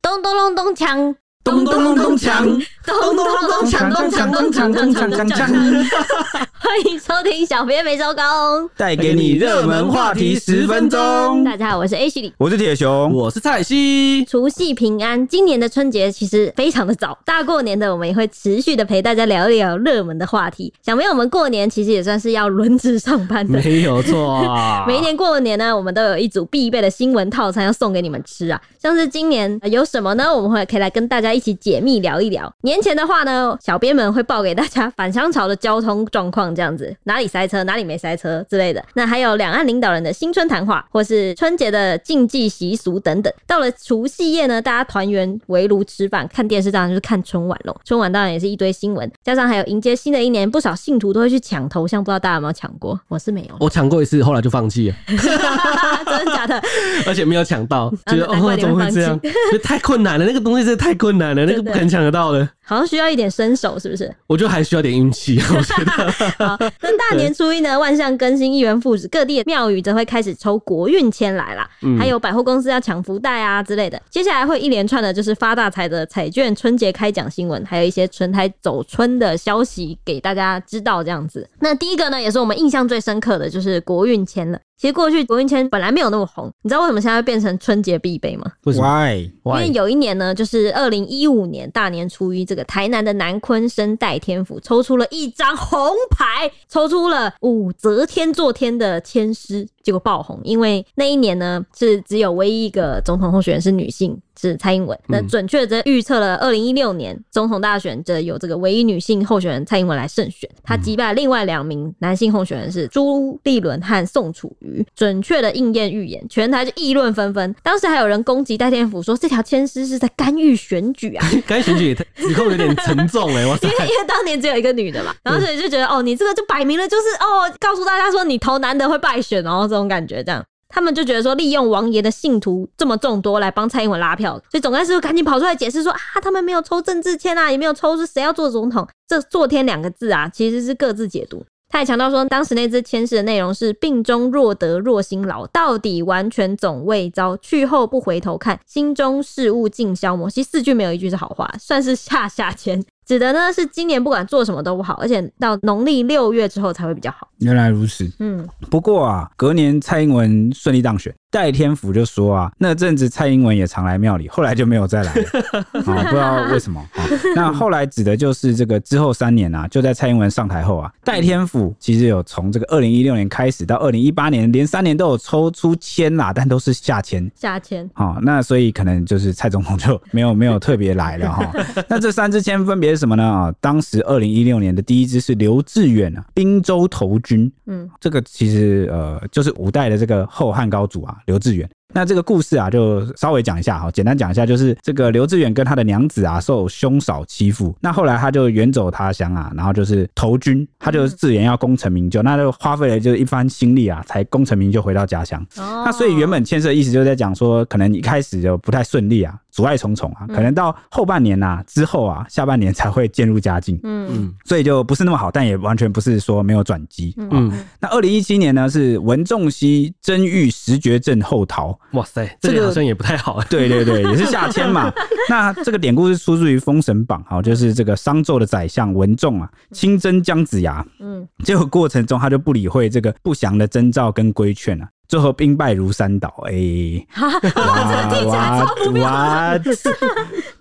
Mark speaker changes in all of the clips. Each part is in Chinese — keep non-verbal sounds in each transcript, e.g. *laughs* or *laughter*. Speaker 1: 咚锵，
Speaker 2: 咚咚咚咚锵，
Speaker 1: 咚咚咚锵咚锵咚锵咚锵咚锵。欢迎收听《小编没收工》，
Speaker 2: 带给你热门话题十分钟。
Speaker 1: 大家好，我是 H 李。
Speaker 3: 我是铁熊，
Speaker 2: 我是蔡西，
Speaker 1: 除夕平安，今年的春节其实非常的早，大过年的我们也会持续的陪大家聊一聊热门的话题。想必我们过年其实也算是要轮值上班的，。
Speaker 2: 没有错啊，
Speaker 1: 每一年过年呢，我们都有一组必备的新闻套餐要送给你们吃啊。像是今年、呃有什么呢？我们会可以来跟大家一起解密聊一聊。年前的话呢，小编们会报给大家返乡潮的交通状况，这样子哪里塞车，哪里没塞车之类的。那还有两岸领导人的新春谈话，或是春节的禁忌习俗等等。到了除夕夜呢，大家团圆围炉吃饭，看电视当然就是看春晚喽。春晚当然也是一堆新闻，加上还有迎接新的一年，不少信徒都会去抢头像，不知道大家有没有抢过？我是没有
Speaker 2: *laughs* 我抢过一次，后来就放
Speaker 1: *laughs*
Speaker 2: 弃了，
Speaker 1: 真的假的？
Speaker 2: 而且没有抢到，
Speaker 1: 啊
Speaker 2: 觉得
Speaker 1: 难怪
Speaker 2: 哦
Speaker 1: 你会
Speaker 2: 怎么会这样
Speaker 1: 放？
Speaker 2: 觉得太困难了，那个东西真的太困难了，那个
Speaker 1: 真的
Speaker 2: 不可能抢得到的。
Speaker 1: 好像需要一点身手，是不是？
Speaker 2: 我觉得还需要点运
Speaker 1: *laughs*
Speaker 2: 气，我觉得
Speaker 1: 好，那大年初一呢，万象更新，一元复始，各地的庙宇则会开始抽国运签来啦，
Speaker 2: 嗯
Speaker 1: 还有百货公司要抢福袋啊之类的。接下来会一连串的就是发大财的彩券、春节开奖新闻，还有一些全台走春的消息给大家知道这样子。那第一个呢，也是我们印象最深刻的就是国运签了。其实过去国运签本来没有那么红，你知道为什么现在会变成春节必备吗？
Speaker 2: 为什么？
Speaker 3: Why？
Speaker 1: 因为
Speaker 2: Why？
Speaker 1: 有一年呢，就是二零一五年大年初一，这个台南的南昆生戴天府抽出了一张红牌，抽出了武则天做天的天师，结果爆红。因为那一年呢，是只有唯一一个总统候选人是女性，是蔡英文。那准确的预测了二零一六年总统大选的有这个唯一女性候选人蔡英文来胜选，她击败另外两名男性候选人是朱立伦和宋楚瑜，准确的应验预言，全台就议论纷纷。当时还有人攻击戴天府说这条签诗是在干预选举啊，
Speaker 2: 刚才选举也太指控有点沉重哎，哇塞
Speaker 1: *laughs* 因！为因为当年只有一个女的嘛，然后所以就觉得哦，你这个就摆明了就是哦，告诉大家说你投男的会败选，然后这种感觉这样。他们就觉得说，利用王爷的信徒这么众多来帮蔡英文拉票，所以总干事就赶紧跑出来解释说啊，他们没有抽政治签啊，也没有抽是谁要做总统，这“做天”两个字啊，其实是各自解读。他也强调说，当时那支签诗的内容是“病中若得若辛劳，到底完全总未遭，去后不回头看，心中事物尽消磨”。其实四句没有一句是好话，算是下下签，指的呢是今年不管做什么都不好，而且到农历六月之后才会比较好。
Speaker 3: 原来如此。
Speaker 1: 嗯，
Speaker 3: 不过啊，隔年蔡英文顺利当选，戴天福就说啊，那阵子蔡英文也常来庙里，后来就没有再来了，啊、不知道为什么、啊。那后来指的就是这个之后三年啊，就在蔡英文上台后啊，戴天福其实有从这个二零一六年开始到二零一八年，连三年都有抽出签啦，但都是下签。
Speaker 1: 下签。
Speaker 3: 好、那所以可能就是蔡总统就没有没有特别来了哈、那这三支签分别是什么呢？啊，当时二零一六年的第一支是刘志远啊，滨州投军，
Speaker 1: 嗯，
Speaker 3: 这个其实呃就是五代的这个后汉高祖啊，刘志远。那这个故事啊，就稍微讲一下哈，简单讲一下，就是这个刘志远跟他的娘子啊，受兄嫂欺负，那后来他就远走他乡啊，然后就是投军，他就自言要功成名就，那就花费了就是一番心力啊，才功成名就回到家乡。
Speaker 1: 哦
Speaker 3: 那所以原本牵涉的意思就是在讲说，可能一开始就不太顺利啊，阻碍重重啊，可能到后半年呐、之后啊，下半年才会渐入佳境，
Speaker 1: 嗯
Speaker 3: 所以就不是那么好，但也完全不是说没有转机。
Speaker 2: 嗯，
Speaker 3: 那二零一七年呢，是文仲熙真遇石觉镇后逃，
Speaker 2: 哇塞，这
Speaker 3: 这
Speaker 2: 个
Speaker 3: 个
Speaker 2: 好像也不太好。欸
Speaker 3: 对对对，也是下签嘛。那这个典故是出自于《封神榜》哈，就是这个商纣的宰相文仲啊，亲征姜子牙，
Speaker 1: *laughs* 嗯，
Speaker 3: 结果过程中他就不理会这个不祥的征兆跟规劝啊。最后兵败如山倒，哎、
Speaker 1: 哈，
Speaker 3: 哇
Speaker 1: 这听起来超不妙
Speaker 3: 哇！哇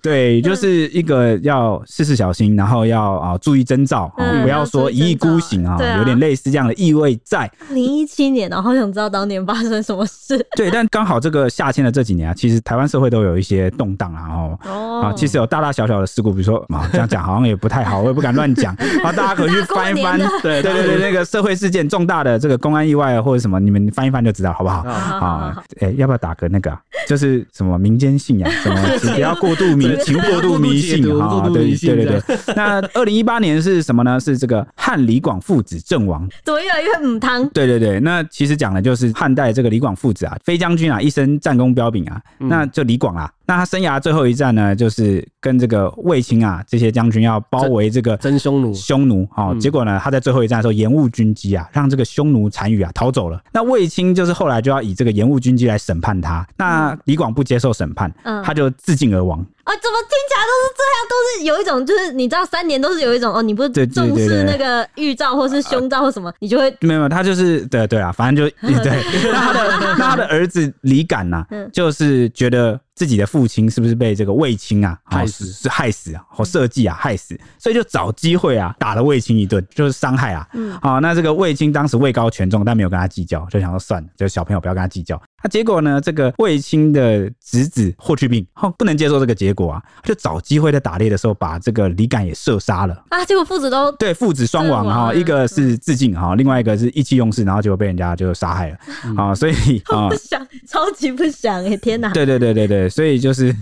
Speaker 3: 对，就是一个要事事小心，然后要啊注意征兆，
Speaker 1: 嗯
Speaker 3: 啊，不要说一意孤行啊
Speaker 1: 要注意征兆对啊，
Speaker 3: 有点类似这样的意味在。
Speaker 1: 二零一七年哦，好想知道当年发生什么事
Speaker 3: 对，但刚好这个夏天的这几年啊，其实台湾社会都有一些动荡啊，哦。
Speaker 1: 哦
Speaker 3: 啊，其实有大大小小的事故，比如说啊，这样讲好像也不太好，我也不敢乱讲啊。大家可以去翻一翻
Speaker 1: 大，
Speaker 3: 对对对对，那个社会事件重大的这个公安意外或者什么，你们翻一翻就知道，好不好？
Speaker 2: 啊
Speaker 1: *laughs* 好好好
Speaker 3: 啊，哎、要不要打个那个啊、就是什么民间信仰，什么请不要过度迷，
Speaker 2: 对
Speaker 3: 请过度迷信
Speaker 2: 过度解读
Speaker 3: 啊、
Speaker 2: 过度迷
Speaker 3: 对
Speaker 2: 信
Speaker 3: 对对对。那二零一八年是什么呢？是这个汉李广父子阵亡。
Speaker 1: 怎么越来越母汤？
Speaker 3: 对对对，那其实讲的就是汉代这个李广父子啊，飞将军啊，一生战功彪炳啊，那就李广啊，那他生涯最后一战呢，就是跟这个卫青啊这些将军要包围这个
Speaker 2: 真匈奴
Speaker 3: 匈奴哦，
Speaker 2: 嗯
Speaker 3: 结果呢，他在最后一战的时候延误军机啊，让这个匈奴单于啊逃走了。那卫青就是后来就要以这个延误军机来审判他。那李广不接受审判，
Speaker 1: 嗯
Speaker 3: 他就自尽而亡。
Speaker 1: 啊，怎么听起来都是这样，都是有一种就是你知道三年都是有一种哦，你不是
Speaker 3: 对对对
Speaker 1: 重视
Speaker 3: 对
Speaker 1: 那个预兆或是胸罩或什么，你就会
Speaker 3: 没有，没有他就是对对啊，反正就
Speaker 1: *laughs*
Speaker 3: 对。那他的那他的儿子李敢呐、
Speaker 1: 嗯
Speaker 3: 就是觉得自己的父亲是不是被这个卫青啊
Speaker 2: 害
Speaker 3: 哦
Speaker 2: 死
Speaker 3: 是是害死啊，或设计啊害死，所以就找机会啊打了卫青一顿，就是伤害啊。
Speaker 1: 嗯
Speaker 3: 好、那这个卫青当时位高权重，但没有跟他计较，就想说算了，就小朋友不要跟他计较。那、结果呢，这个卫青的侄子霍去病、哦、不能接受这个结果啊，就找机会在打猎的时候把这个李敢也射杀了。
Speaker 1: 啊，结果父子都
Speaker 3: 对父子双亡
Speaker 1: 双
Speaker 3: 哈，
Speaker 1: 亡
Speaker 3: 一个是自尽哈，另外一个是意气用事，然后结果被人家就杀害了啊，
Speaker 1: *laughs*
Speaker 3: 所以啊
Speaker 1: 不，想，超级不想哎、天哪！
Speaker 3: 对对对对对，所以就是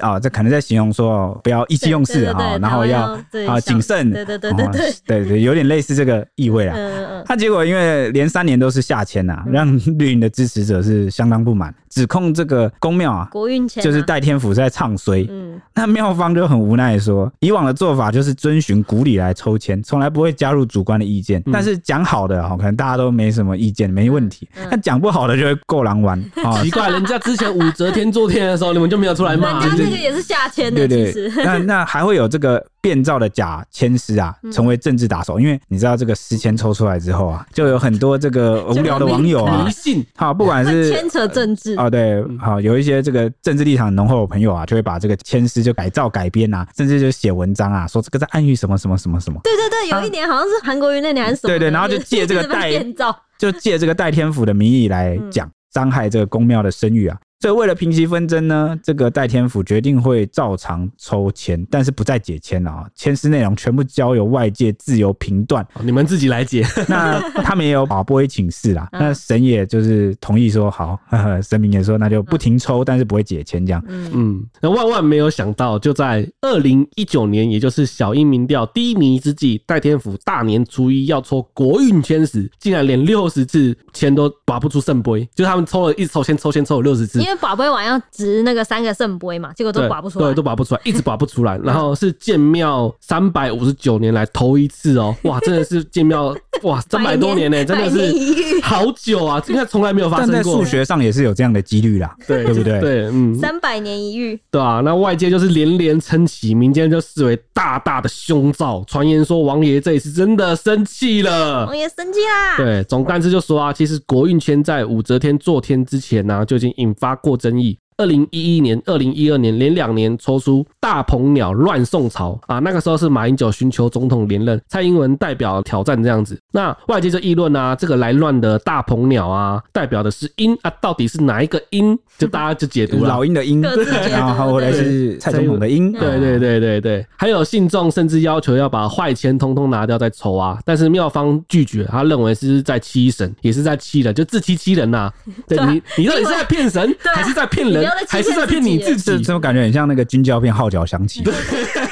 Speaker 3: 啊，这可能在形容说不要意气用事
Speaker 1: 对对对
Speaker 3: 啊，
Speaker 1: 对
Speaker 3: 然后要
Speaker 1: 对
Speaker 3: 啊
Speaker 1: 想
Speaker 3: 谨慎，
Speaker 1: 对对对对
Speaker 3: 啊
Speaker 1: 对
Speaker 3: 对对，有点类似这个意味啊。
Speaker 1: 嗯嗯
Speaker 3: 他结果因为连三年都是下签呐、啊，让绿营的支持者是相当不满，指控这个公庙啊
Speaker 1: 嗯，，国运前、啊、
Speaker 3: 就是戴天府是在唱衰，
Speaker 1: 嗯，
Speaker 3: 那妙方就很无奈地说，以往的做法就是遵循古礼来抽签，从来不会加入主观的意见。但是讲好的哈，可能大家都没什么意见，没问题
Speaker 1: 嗯嗯。
Speaker 3: 那讲不好的就会够狼
Speaker 1: *laughs*
Speaker 3: 玩啊。
Speaker 2: *laughs* 奇怪，人家之前武则天做天的时候，你们就没有出来
Speaker 1: 人
Speaker 2: 骂
Speaker 1: 家，
Speaker 3: 对
Speaker 1: 那个也是下签的，
Speaker 3: 对
Speaker 1: 其
Speaker 3: 对
Speaker 1: 实， *laughs*
Speaker 3: 那那还会有这个变造的假签师啊，
Speaker 1: 嗯
Speaker 3: 成为政治打手，因为你知道这个诗签抽出来之后啊，就有很多
Speaker 1: *laughs*
Speaker 3: 这个无聊的网友
Speaker 1: 哦
Speaker 3: 啊
Speaker 2: 迷，信，
Speaker 3: 好，不管
Speaker 1: 会 *laughs*
Speaker 3: 是
Speaker 1: 牵扯政治。
Speaker 3: 哦，对，好、有一些这个政治立场浓厚的朋友啊，就会把这个签诗就改造、改编啊，甚至就写文章啊，说这个在暗喻什么什么什么什么，
Speaker 1: 对对对，有一年好像是韩国瑜那年还是什么的，
Speaker 3: 对对然后就借这个
Speaker 1: *laughs* 一直被
Speaker 3: 代
Speaker 1: 变造，
Speaker 3: 就借这个戴天府的名义来讲，伤害这个公庙的声誉啊。所以为了平息纷争呢，这个戴天府决定会照常抽签，但是不再解签了啊、签诗内容全部交由外界自由评断。
Speaker 2: 哦你们自己来解。
Speaker 3: 那他们也有把波请示啦，那神也就是同意说好， *laughs* 呵呵神明也说那就不停抽，但是不会解签这样。
Speaker 1: 嗯，
Speaker 2: 嗯，那万万没有想到，就在二零一九年，也就是小英民调低迷之际，戴天府大年初一要抽国运签时，竟然连六十次签都拔不出圣杯，就他们抽了一直抽签抽签抽了六十次
Speaker 1: 因。为宝贝碗要值那个三个圣杯嘛，结果都
Speaker 2: 对
Speaker 1: 刮不出来
Speaker 2: 对，都。拔不出来，一直拔不出
Speaker 1: *laughs*
Speaker 2: 来。然后是建庙三百五十九年来头一次哦，哇，真的是建庙哇，三百多年呢、真的
Speaker 1: *laughs* 百年一
Speaker 2: 是
Speaker 1: 遇
Speaker 2: 好久啊，应该从来没有发
Speaker 3: 但
Speaker 2: 生
Speaker 3: 在
Speaker 2: 过
Speaker 3: 数。学上也是有这样的几率啦，对不对？
Speaker 2: 对，嗯，
Speaker 1: 三百年一遇，
Speaker 2: 对啊，那外界就是连连称奇，民间就视为大大的凶兆。传言说王爷这一次真的生气了
Speaker 1: 王。爷生气啦！
Speaker 2: 对，总干事就说啊，其实国运签在武则天坐天之前呢、就已经引发过争议。二零一一年、二零一二年连两年抽出大鹏鸟乱宋朝啊，那个时候是马英九寻求总统连任，蔡英文代表挑战这样子。那外界就议论啊，这个来乱的大鹏鸟啊，代表的是阴啊，到底是哪一个阴？就大家就解读了。
Speaker 3: 老鹰的鹰，
Speaker 1: 各自
Speaker 3: *laughs*
Speaker 1: 解读
Speaker 3: 然后后来是蔡总统的鹰，
Speaker 2: 对
Speaker 1: 哦
Speaker 2: 对对对对，还有信众甚至要求要把坏签通通拿掉再抽啊，但是妙方拒绝，他认为是在欺神，也是在欺人，就自欺欺人呐、
Speaker 1: *laughs*
Speaker 2: 对你，你到底是在骗神，
Speaker 1: 对啊
Speaker 2: 还是在骗
Speaker 1: 你不
Speaker 2: 人
Speaker 1: 要再，欺
Speaker 2: 还是
Speaker 1: 骗
Speaker 2: 在骗你
Speaker 1: 自己
Speaker 2: 自己
Speaker 3: 这？这种感觉很像那个军教片号角响起，
Speaker 2: 对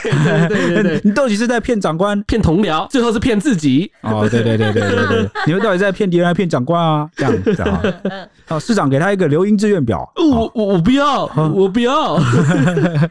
Speaker 2: 对对对，
Speaker 3: *laughs* 你到底是在骗长官？
Speaker 2: *laughs* 骗同僚，最后是骗自己。
Speaker 3: 哦，对对对对对对， *laughs* 你们到底在骗敌人还是骗长官啊？这样子啊，哦，市长给他一个留英志愿表，
Speaker 2: 我我我不
Speaker 1: *laughs*
Speaker 2: 要，我不要。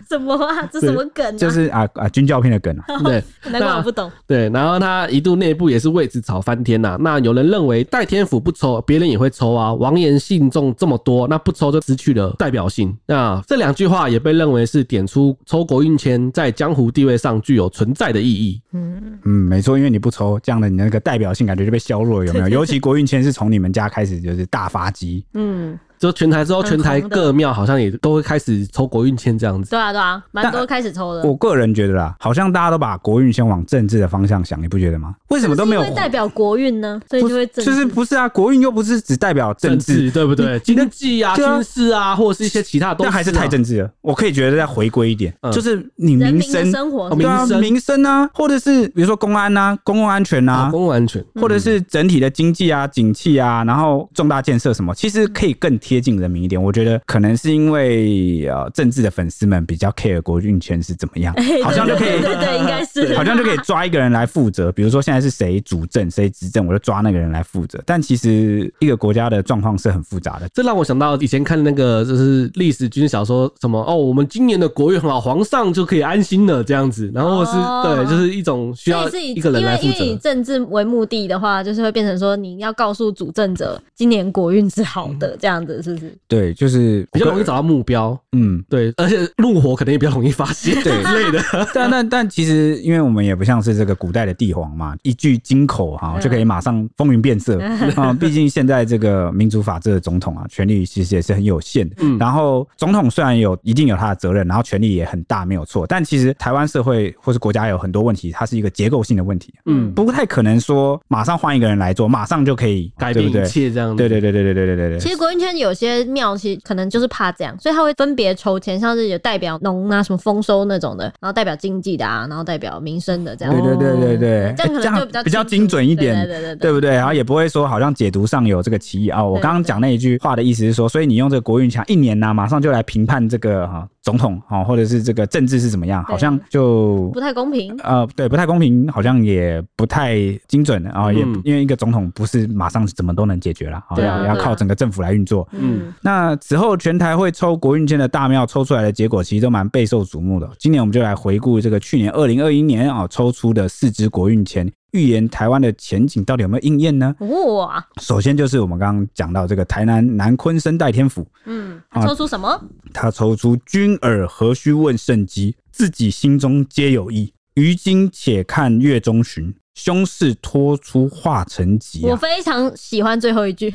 Speaker 1: 什么啊？这什么梗啊？
Speaker 3: 就是啊啊军教片的梗啊，
Speaker 2: 对，
Speaker 1: 难怪
Speaker 2: 那
Speaker 1: 我不懂。
Speaker 2: 对，然后他一度内部也是为此吵翻天呐、那有人认为戴天府不抽，别人也会抽啊。王言信众这么多，那不抽就失去了代表性。那这两句话也被认为是点出抽国运签在江湖地位上具有存在的意义。
Speaker 3: 嗯，没错，因为你不抽这样的，你那个代表性感觉就被削弱了，有没有？尤其国运签是从你们家开始就是大发机，
Speaker 1: 嗯，
Speaker 2: 就全台之后，
Speaker 1: 很
Speaker 2: 全台
Speaker 1: 红的
Speaker 2: 各庙好像也都会开始抽国运签这样子。
Speaker 1: 对啊对啊，蛮多
Speaker 3: 但
Speaker 1: 开始抽的。
Speaker 3: 我个人觉得啦，好像大家都把国运先往政治的方向想，你不觉得吗？为什么都没有
Speaker 1: 是因为代表国运呢，所以
Speaker 3: 不
Speaker 1: 就会
Speaker 3: 是
Speaker 1: 政
Speaker 3: 就是不是啊？国运又不是只代表政治，
Speaker 2: 对不对？
Speaker 3: 你你的
Speaker 2: 经济啊、
Speaker 3: 对啊
Speaker 2: 军事啊，或者是一些其他东西、
Speaker 3: 但
Speaker 2: 啊，
Speaker 3: 还是太政治了。我可以觉得再回归一点
Speaker 2: 嗯，
Speaker 3: 就是你
Speaker 1: 人
Speaker 3: 民
Speaker 1: 民的
Speaker 3: 生，
Speaker 1: 生活
Speaker 2: 哦
Speaker 1: 是
Speaker 3: 对啊，
Speaker 2: 民生
Speaker 3: 民生啊，或者是比如说公安啊、公共安全
Speaker 2: 啊，
Speaker 3: 啊。
Speaker 1: 哦嗯
Speaker 2: 公共安全。
Speaker 3: 或者是整体的经济啊、景气啊，然后重大建设什么，其实可以更贴近人民一点。我觉得可能是因为呃政治的粉丝们比较 care 国运圈是怎么样，好像就可
Speaker 1: *laughs* 对
Speaker 3: 以
Speaker 1: 对对对，应该是
Speaker 3: *laughs* 好像就可以抓一个人来负责，比如说现在是谁主政谁执政，我就抓那个人来负责。但其实一个国家的状况是很复杂的，
Speaker 2: 这让我想到以前看那个就是历史军事小说，什么哦，我们今年的国运很好，皇上就可以安心了这样子，然后是、
Speaker 1: 哦
Speaker 2: 对，就是一种需要
Speaker 1: 所以是以
Speaker 2: 一个人
Speaker 1: 因
Speaker 2: 来
Speaker 1: 为
Speaker 2: 负
Speaker 1: 因为以
Speaker 2: 责。
Speaker 1: 政治为目的的话，就是会变成说你要告诉主政者今年国运是好的，
Speaker 3: 嗯
Speaker 1: 这样子是不是？
Speaker 3: 对，就是
Speaker 2: 比较容易找到目标，
Speaker 3: 嗯。
Speaker 2: 对，而且怒火可能也比较容易发泄，对之
Speaker 1: *laughs*
Speaker 2: 类的。
Speaker 3: 但但但其实，因为我们也不像是这个古代的帝皇嘛，一句金口哈、
Speaker 1: 嗯
Speaker 3: 就可以马上风云变色 *laughs* 啊、毕竟现在这个民主法治的总统啊，权力其实也是很有限的。
Speaker 2: 嗯
Speaker 3: 然后总统虽然有一定有他的责任，然后权力也很大，没有错。但其实台湾社会或是国家有很多问题，它是一个结构性的问题，啊
Speaker 2: 嗯
Speaker 3: 不太可能说马上换一个人来做，马上就可以
Speaker 2: 改变
Speaker 3: 对不对
Speaker 2: 一切这样子。
Speaker 3: 对对对对对对对对
Speaker 1: 其
Speaker 3: 对。
Speaker 1: 实国运圈有些庙，其实可能就是怕这样，所以他会分别抽签，像是有代表农啊、什么丰收那种的，然后代表经济的啊，然后代表民生的这样。
Speaker 3: 对对对对对，
Speaker 1: 哦
Speaker 3: 哎
Speaker 1: 这样可
Speaker 3: 这
Speaker 1: 能就
Speaker 3: 样
Speaker 1: 比较
Speaker 3: 比较
Speaker 1: 清
Speaker 3: 精
Speaker 1: 楚
Speaker 3: 准一点，
Speaker 1: 对对对对
Speaker 3: 对不对？然后也不会说好像解读上有这个歧义啊、哦。我
Speaker 1: 对
Speaker 3: 刚刚讲那一句话的意思是说，所以你用这个国运墙一年呢、马上就来评判这个哈、总统啊、哦，或者是这个政治是怎么样，好像就
Speaker 1: 不太公平。
Speaker 3: 呃对不太公平，好像也不太精准啊、哦，也
Speaker 2: 嗯
Speaker 3: 因为一个总统不是马上怎么都能解决了，哦，
Speaker 1: 对啊
Speaker 3: 要要
Speaker 1: 对啊
Speaker 3: 靠整个政府来运作。
Speaker 1: 嗯，
Speaker 3: 那此后全台会抽国运圈的大庙抽出来的结果，其实都蛮备受瞩目的。今年我们就来回顾这个去年二零二一年啊、抽出的四支国运签，预言台湾的前景到底有没有应验呢？
Speaker 1: 哇，
Speaker 3: 首先就是我们刚刚讲到这个台南南昆生代天府，
Speaker 1: 嗯，他抽出什么？
Speaker 3: 他抽出“君尔何须问圣机，自己心中皆有意。于今且看月中旬，凶事托出化成吉、
Speaker 1: 我
Speaker 3: 啊
Speaker 1: 非常喜欢最后一句，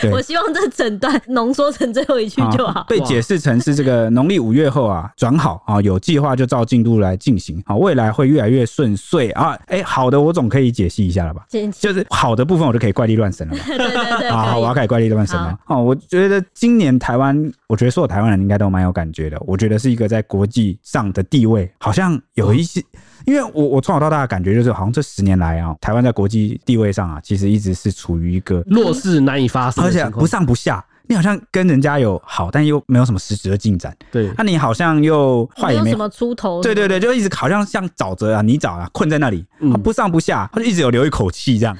Speaker 3: 对啊
Speaker 1: 我希望这整段浓缩成最后一句就好。
Speaker 3: 被解释成是这个农历五月后啊转好啊，有计划就照进度来进行啊，未来会越来越顺遂啊。哎、好的，我总可以解析一下了吧？
Speaker 1: 简
Speaker 3: 就是好的部分我就可以怪力乱神了吧？
Speaker 1: 对对
Speaker 3: *laughs*
Speaker 1: 对，
Speaker 3: 啊，好，我要
Speaker 1: 可以
Speaker 3: 开始怪力乱神了。哦，我觉得今年台湾，我觉得所有台湾人应该都蛮有感觉的。我觉得是一个在国际上的地位，好像有一些，
Speaker 1: 嗯
Speaker 3: 因为我我从小到大的感觉就是，好像这十年来啊、台湾在国际地位上啊，其实一直是处于一个，
Speaker 2: 弱势难以发生
Speaker 3: 而
Speaker 2: 的情
Speaker 3: 且
Speaker 1: 啊
Speaker 2: 况，
Speaker 3: 不上不下。你好像跟人家有好，但又没有什么实质的进展。
Speaker 2: 对
Speaker 1: 啊
Speaker 3: 那、你好像又坏
Speaker 1: 没
Speaker 3: 也
Speaker 1: 有
Speaker 3: 没
Speaker 1: 什么出头。
Speaker 3: 对对对，就一直好像像沼泽啊、泥沼啊，困在那里，
Speaker 2: 嗯
Speaker 3: 它不上不下，它就一直有留一口气
Speaker 1: *laughs*
Speaker 3: 这样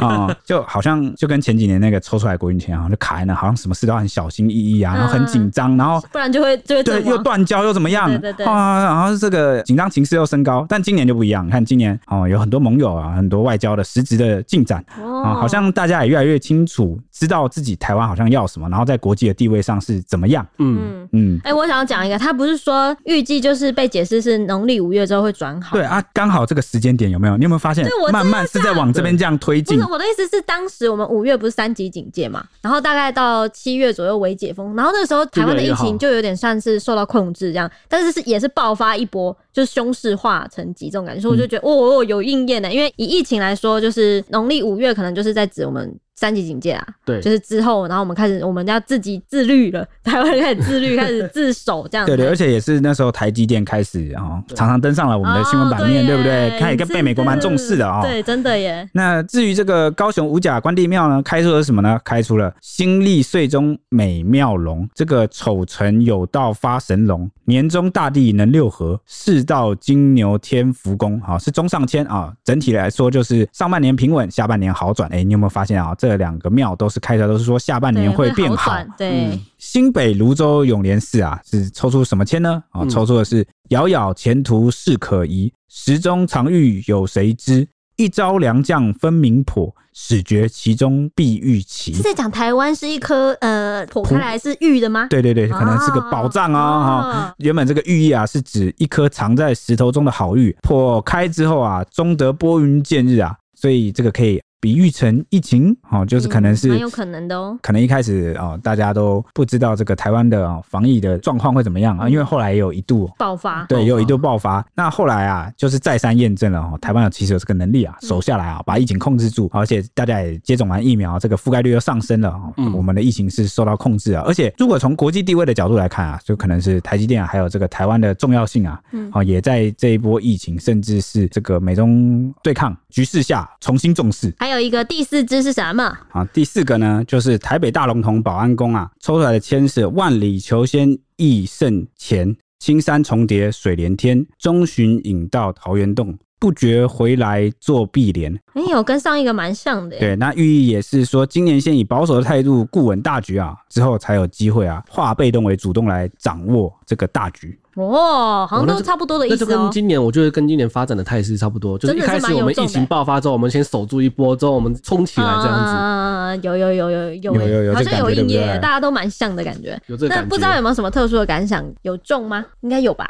Speaker 3: 啊、就好像就跟前几年那个抽出来国运钱啊，就卡在那，好像什么事都要很小心翼翼啊，然后很
Speaker 1: 嗯
Speaker 3: 紧张，然后。
Speaker 1: 不然就会就会
Speaker 3: 对，
Speaker 1: 阵
Speaker 3: 又
Speaker 1: 亡。
Speaker 3: 断交又怎么样？
Speaker 1: 对对对
Speaker 3: 啊，然后这个紧张情势又升高，但今年就不一样。你看今年哦，有很多盟友啊，很多外交的实质的进展
Speaker 1: 哦
Speaker 3: 啊、好像大家也越来越清楚，知道自己台湾好像要什么，然后在国际的地位上是怎么样。
Speaker 2: 嗯，
Speaker 1: 嗯。
Speaker 3: 嗯，
Speaker 1: 哎、我想要讲一个，他不是说预计就是被解释是农历五月之后会转好，
Speaker 3: 对啊，刚好这个时间点有没有？你有没有发现
Speaker 1: 对我，知道
Speaker 3: 慢慢是在往这边这样推
Speaker 1: 不
Speaker 3: 进
Speaker 1: 是？我的意思是，当时我们五月不是三级警戒嘛，然后大概到七月左右为解封，然后那个时候台湾的疫情就有点算是受到控制这样，但是是也是爆发一波，就是凶势化成疾这种感觉，所以我就觉得、
Speaker 3: 嗯
Speaker 1: 哦哦有应验的，因为以疫情来说，就是农历五月可能就是在指我们。三级警戒啊，
Speaker 2: 对
Speaker 1: 就是之后，然后我们开始，我们要自己自律了，台湾人开始自律，开始自首这样子。
Speaker 3: 对对，而且也是那时候台积电开始啊、哦，常常登上了我们的新闻版面，
Speaker 1: 哦
Speaker 3: 对不
Speaker 1: 耶
Speaker 3: 对？它也跟被美国蛮重视的啊、
Speaker 1: 真对，真的耶。
Speaker 3: 那至于这个高雄五甲关帝庙呢，开出了什么呢？开出了新历岁中美妙龙，这个丑辰有道发神龙，年中大地能六合，世道金牛天福宫，好、是中上签啊、整体来说就是上半年平稳，下半年好转。哎，你有没有发现啊、这两个庙都是开出来都是说下半年
Speaker 1: 对会
Speaker 3: 变好嗯
Speaker 1: 转，对，
Speaker 3: 新北泸州永联寺啊，是抽出什么签呢？啊、
Speaker 2: 嗯
Speaker 3: 抽出的是“遥遥前途是可疑，时中常遇有谁知？一朝良将分明叵，始觉其中必遇奇
Speaker 1: 是”。在讲台湾是一颗呃，剖开来是玉的吗？
Speaker 3: 对对
Speaker 1: 啊
Speaker 3: 对，可能是个宝藏哦。哈、
Speaker 1: 哦
Speaker 3: 原本这个寓意啊，是指一颗藏在石头中的好玉，破开之后啊，终得拨云见日啊。所以这个可以比喻成一情，哦，就是可能是、
Speaker 1: 嗯蛮有可能的哦。
Speaker 3: 可能一开始啊、哦，大家都不知道这个台湾的、哦、防疫的状况会怎么样啊，因为后来也有一度。
Speaker 1: 爆发，
Speaker 3: 对，
Speaker 2: 爆
Speaker 3: 也有一
Speaker 2: 发
Speaker 3: 度爆发。那后来啊，就是再三验证了哦，台湾有其实有这个能力啊，守下来啊，把疫情控制住，而且大家也接种完疫苗，这个覆盖率又上升了哦。
Speaker 2: 嗯
Speaker 3: 我们的疫情是受到控制啊，而且如果从国际地位的角度来看啊，就可能是台积电、啊、还有这个台湾的重要性啊，
Speaker 1: 嗯
Speaker 3: 哦，也在这一波疫情，甚至是这个美中对抗局势下重新重视。
Speaker 1: 还还有一个第四支是什么？
Speaker 3: 好，第四个呢，就是台北大龙峒保安宫啊，抽出来的签是“万里求仙亦胜前，青山重叠水连天，中旬引到桃源洞，不觉回来作碧莲”。
Speaker 1: 哎、有跟上一个蛮像的耶。
Speaker 3: 对，那寓意也是说，今年先以保守的态度固稳大局啊，之后才有机会啊，化被动为主动来掌握这个大局。
Speaker 1: 哦，好
Speaker 2: 哦
Speaker 1: 像
Speaker 2: 那
Speaker 1: 都
Speaker 2: 就
Speaker 1: 差不多的意
Speaker 2: 那
Speaker 1: 思
Speaker 2: 就
Speaker 1: 哦
Speaker 2: 跟。今年，我觉得跟今年发展的态势差不多，就是一
Speaker 1: 真的是
Speaker 2: 开
Speaker 1: 蛮
Speaker 2: 始
Speaker 1: 有
Speaker 2: 我们
Speaker 1: 重
Speaker 2: 疫
Speaker 1: 的
Speaker 2: 情爆发之后，我们先守住一波，之后我们冲起来这样子，
Speaker 1: 啊，有有有有有
Speaker 3: 有有有
Speaker 1: 好
Speaker 3: 这
Speaker 1: 像
Speaker 3: 感
Speaker 1: 有
Speaker 3: 觉对
Speaker 1: 应
Speaker 3: 不
Speaker 1: 耶，
Speaker 3: 对
Speaker 1: 大家都蛮像的感觉。
Speaker 2: 有这个
Speaker 1: 那
Speaker 2: 感
Speaker 1: 不知道有
Speaker 2: 觉。
Speaker 1: 没有什么特殊的感想？有中吗？应该有吧。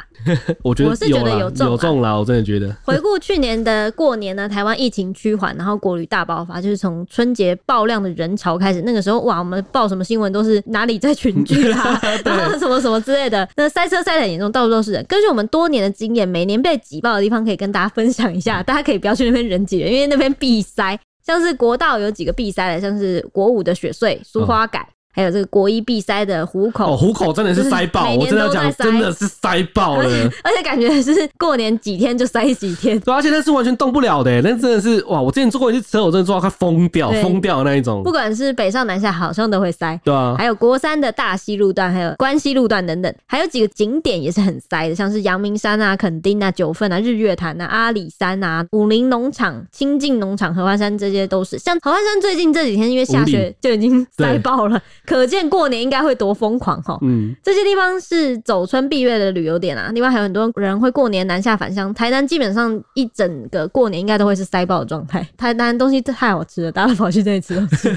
Speaker 2: 我觉
Speaker 1: 我
Speaker 2: 得
Speaker 1: 是觉
Speaker 2: 有
Speaker 1: 得
Speaker 2: 啦
Speaker 1: 有中啊
Speaker 2: 有中啦，我真的觉得。
Speaker 1: 回顾去年的过年呢，台湾疫情趋缓，然后国旅大爆发，就是从春节爆量的人潮开始。那个时候，哇，我们报什么新闻都是哪里在群
Speaker 2: *laughs*
Speaker 1: 聚啦，然后什么什么之类的。那塞车塞得很严重，到处都是人。根据我们多年的经验，每年被挤爆的地方可以跟大家分享一
Speaker 2: 嗯
Speaker 1: 下，大家可以不要去那边人挤人，因为那边必塞。像是国道有几个必塞的，像是国五的雪穗、苏花改，还有这个国一必塞的虎口。
Speaker 2: 嗯哦，虎口真的是塞爆，
Speaker 1: 每
Speaker 2: 我
Speaker 1: 年
Speaker 2: 真的要
Speaker 1: 都
Speaker 2: 讲，
Speaker 1: 在塞
Speaker 2: 真的是塞爆了。
Speaker 1: *laughs* 而且感觉是过年几天就塞几天，
Speaker 2: 对啊，而且那是完全动不了的，那真的是哇！我之前坐过一次车，我真的坐到快疯掉，
Speaker 1: 对
Speaker 2: 疯掉的那一种
Speaker 1: 不。管是北上南下，好像都会塞。
Speaker 2: 对啊，
Speaker 1: 还有国三的大溪路段，还有关西路段等等，还有几个景点也是很塞的，像是阳明山啊、垦丁啊、九份啊、日月潭啊、阿里山啊、武林农场、清境农场、合欢山这些都是。像合欢山最近这几天因为下
Speaker 2: 五
Speaker 1: 雪
Speaker 2: 岭
Speaker 1: 就已经塞
Speaker 2: 对
Speaker 1: 爆了，可见过年应该会多疯狂哈。
Speaker 2: 嗯，
Speaker 1: 这些地方是走春闭月的旅游点啊，另外还有很多人会过年南下返乡。台南基本上一整个过年应该都会是塞爆的状态，台南东西太好吃了，大家都跑去这里吃东
Speaker 2: *laughs*
Speaker 1: 西。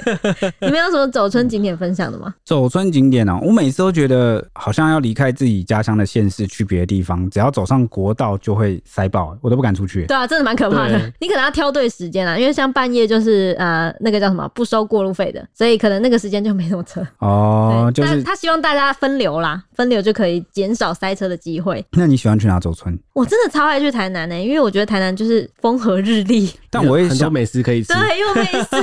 Speaker 1: 你们有什么走春景点分享的吗？
Speaker 3: 走春景点哦，我每次都觉得好像要离开自己家乡的县市去别的地方，只要走上国道就会塞爆，我都不敢出去。
Speaker 1: 对啊，真的蛮可怕的
Speaker 2: 对。
Speaker 1: *laughs* 你可能要挑对时间啊，因为像半夜就是呃那个叫什么不收过路费的，所以可能那个时间就没什么车。
Speaker 3: 哦，
Speaker 1: 对
Speaker 3: 就
Speaker 1: 但
Speaker 3: 是
Speaker 1: 他希望大家分流啦，分流就可以减少塞车的机会。
Speaker 3: 那你喜欢去哪走春？
Speaker 1: 我真的超爱去台南呢、因为我觉得台南就是风和日丽，
Speaker 3: 但我也
Speaker 2: 很多
Speaker 3: 想，
Speaker 2: 美食可以吃。
Speaker 1: 对，又美食。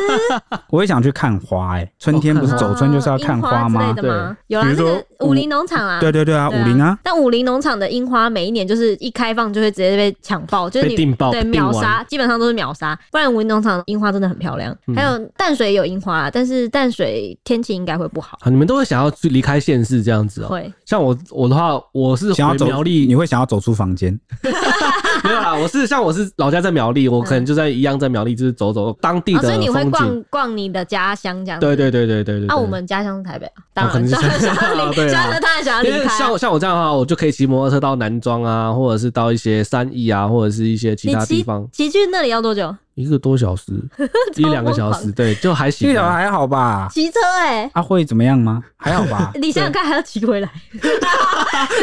Speaker 3: 我也想去看花
Speaker 2: 哦
Speaker 3: 哎、春天不是走春 *laughs* 就是要看花
Speaker 1: 啊
Speaker 3: 吗
Speaker 1: 樱之？类的吗？有
Speaker 3: 比
Speaker 1: 啊，
Speaker 3: 如
Speaker 1: 那
Speaker 3: 说
Speaker 1: 个武林农场啊，
Speaker 3: 对对对啊，武
Speaker 1: 对啊
Speaker 3: 林啊，
Speaker 1: 但武林农场的樱花每一年就是一开放就会直接被抢爆，就是
Speaker 2: 被
Speaker 1: 你
Speaker 2: 订爆
Speaker 1: 对
Speaker 2: 订
Speaker 1: 秒
Speaker 2: 完嗯
Speaker 1: 杀，基本上都是秒杀。不然武林农场樱花真的很漂亮，还有淡水也有樱花啊，但是淡水天气应该会不好，
Speaker 2: 啊，你们都会想要去离开县市这样子哦、
Speaker 1: 会
Speaker 2: 像我我的话，我是
Speaker 3: 想要
Speaker 2: 回
Speaker 3: 走
Speaker 2: 苗栗
Speaker 3: 你，会想要走出房间，
Speaker 2: *laughs* 没有啦，我是像我是老家在苗栗，我可能就在一样在苗栗，就是走走当啊地
Speaker 1: 哦，
Speaker 2: 的
Speaker 1: 所以你会
Speaker 2: 风景。
Speaker 1: 逛逛你的家乡这样子。
Speaker 2: 对对对对对对。
Speaker 1: 啊，
Speaker 2: 对
Speaker 1: 我们家乡是台北啊，当
Speaker 2: 可
Speaker 1: 然
Speaker 2: 能是 *laughs*
Speaker 1: 想 *laughs* 要想要离，
Speaker 2: 啊对啊
Speaker 1: 想要当然想要
Speaker 2: 因
Speaker 1: 离
Speaker 2: 为
Speaker 1: 开啊
Speaker 2: 像。像我这样的话，我就可以骑摩托车到南庄啊，或者是到一些山义啊，或者是一些其
Speaker 1: 你
Speaker 2: 他地
Speaker 1: 骑
Speaker 2: 方，
Speaker 1: 骑去那里要多久？
Speaker 2: 一个多
Speaker 1: *laughs*
Speaker 2: 小时，一两个小时，对，就还
Speaker 3: 这
Speaker 2: 行
Speaker 3: 个
Speaker 2: 啊。
Speaker 3: 还好吧？
Speaker 1: 骑车哎，。
Speaker 3: 啊，会怎么样吗？还好吧
Speaker 1: *laughs* 你想想看还要骑回来，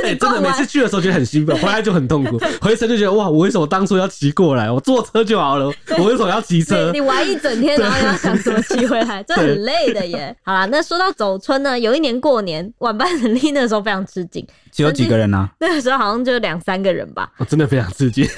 Speaker 2: 哎、真
Speaker 1: 逛
Speaker 2: 的每
Speaker 1: 完
Speaker 2: 次去的时候觉得很
Speaker 1: *laughs*
Speaker 2: 兴奋，回来就很痛苦。回程就觉得哇，我为什么当初要骑过来？我坐车就好了，我为什么要骑车
Speaker 1: 你你？玩一整
Speaker 3: *laughs*
Speaker 1: 天，然后要想怎么骑回来，这很累的耶。好啦，那说到走春呢，有一年过年晚班能力那个时候非常吃紧，
Speaker 3: 只有几个人啊？
Speaker 1: *laughs* 那个时候好像就两三个人吧。
Speaker 2: 我啊真的非常
Speaker 1: *laughs*
Speaker 2: 刺激。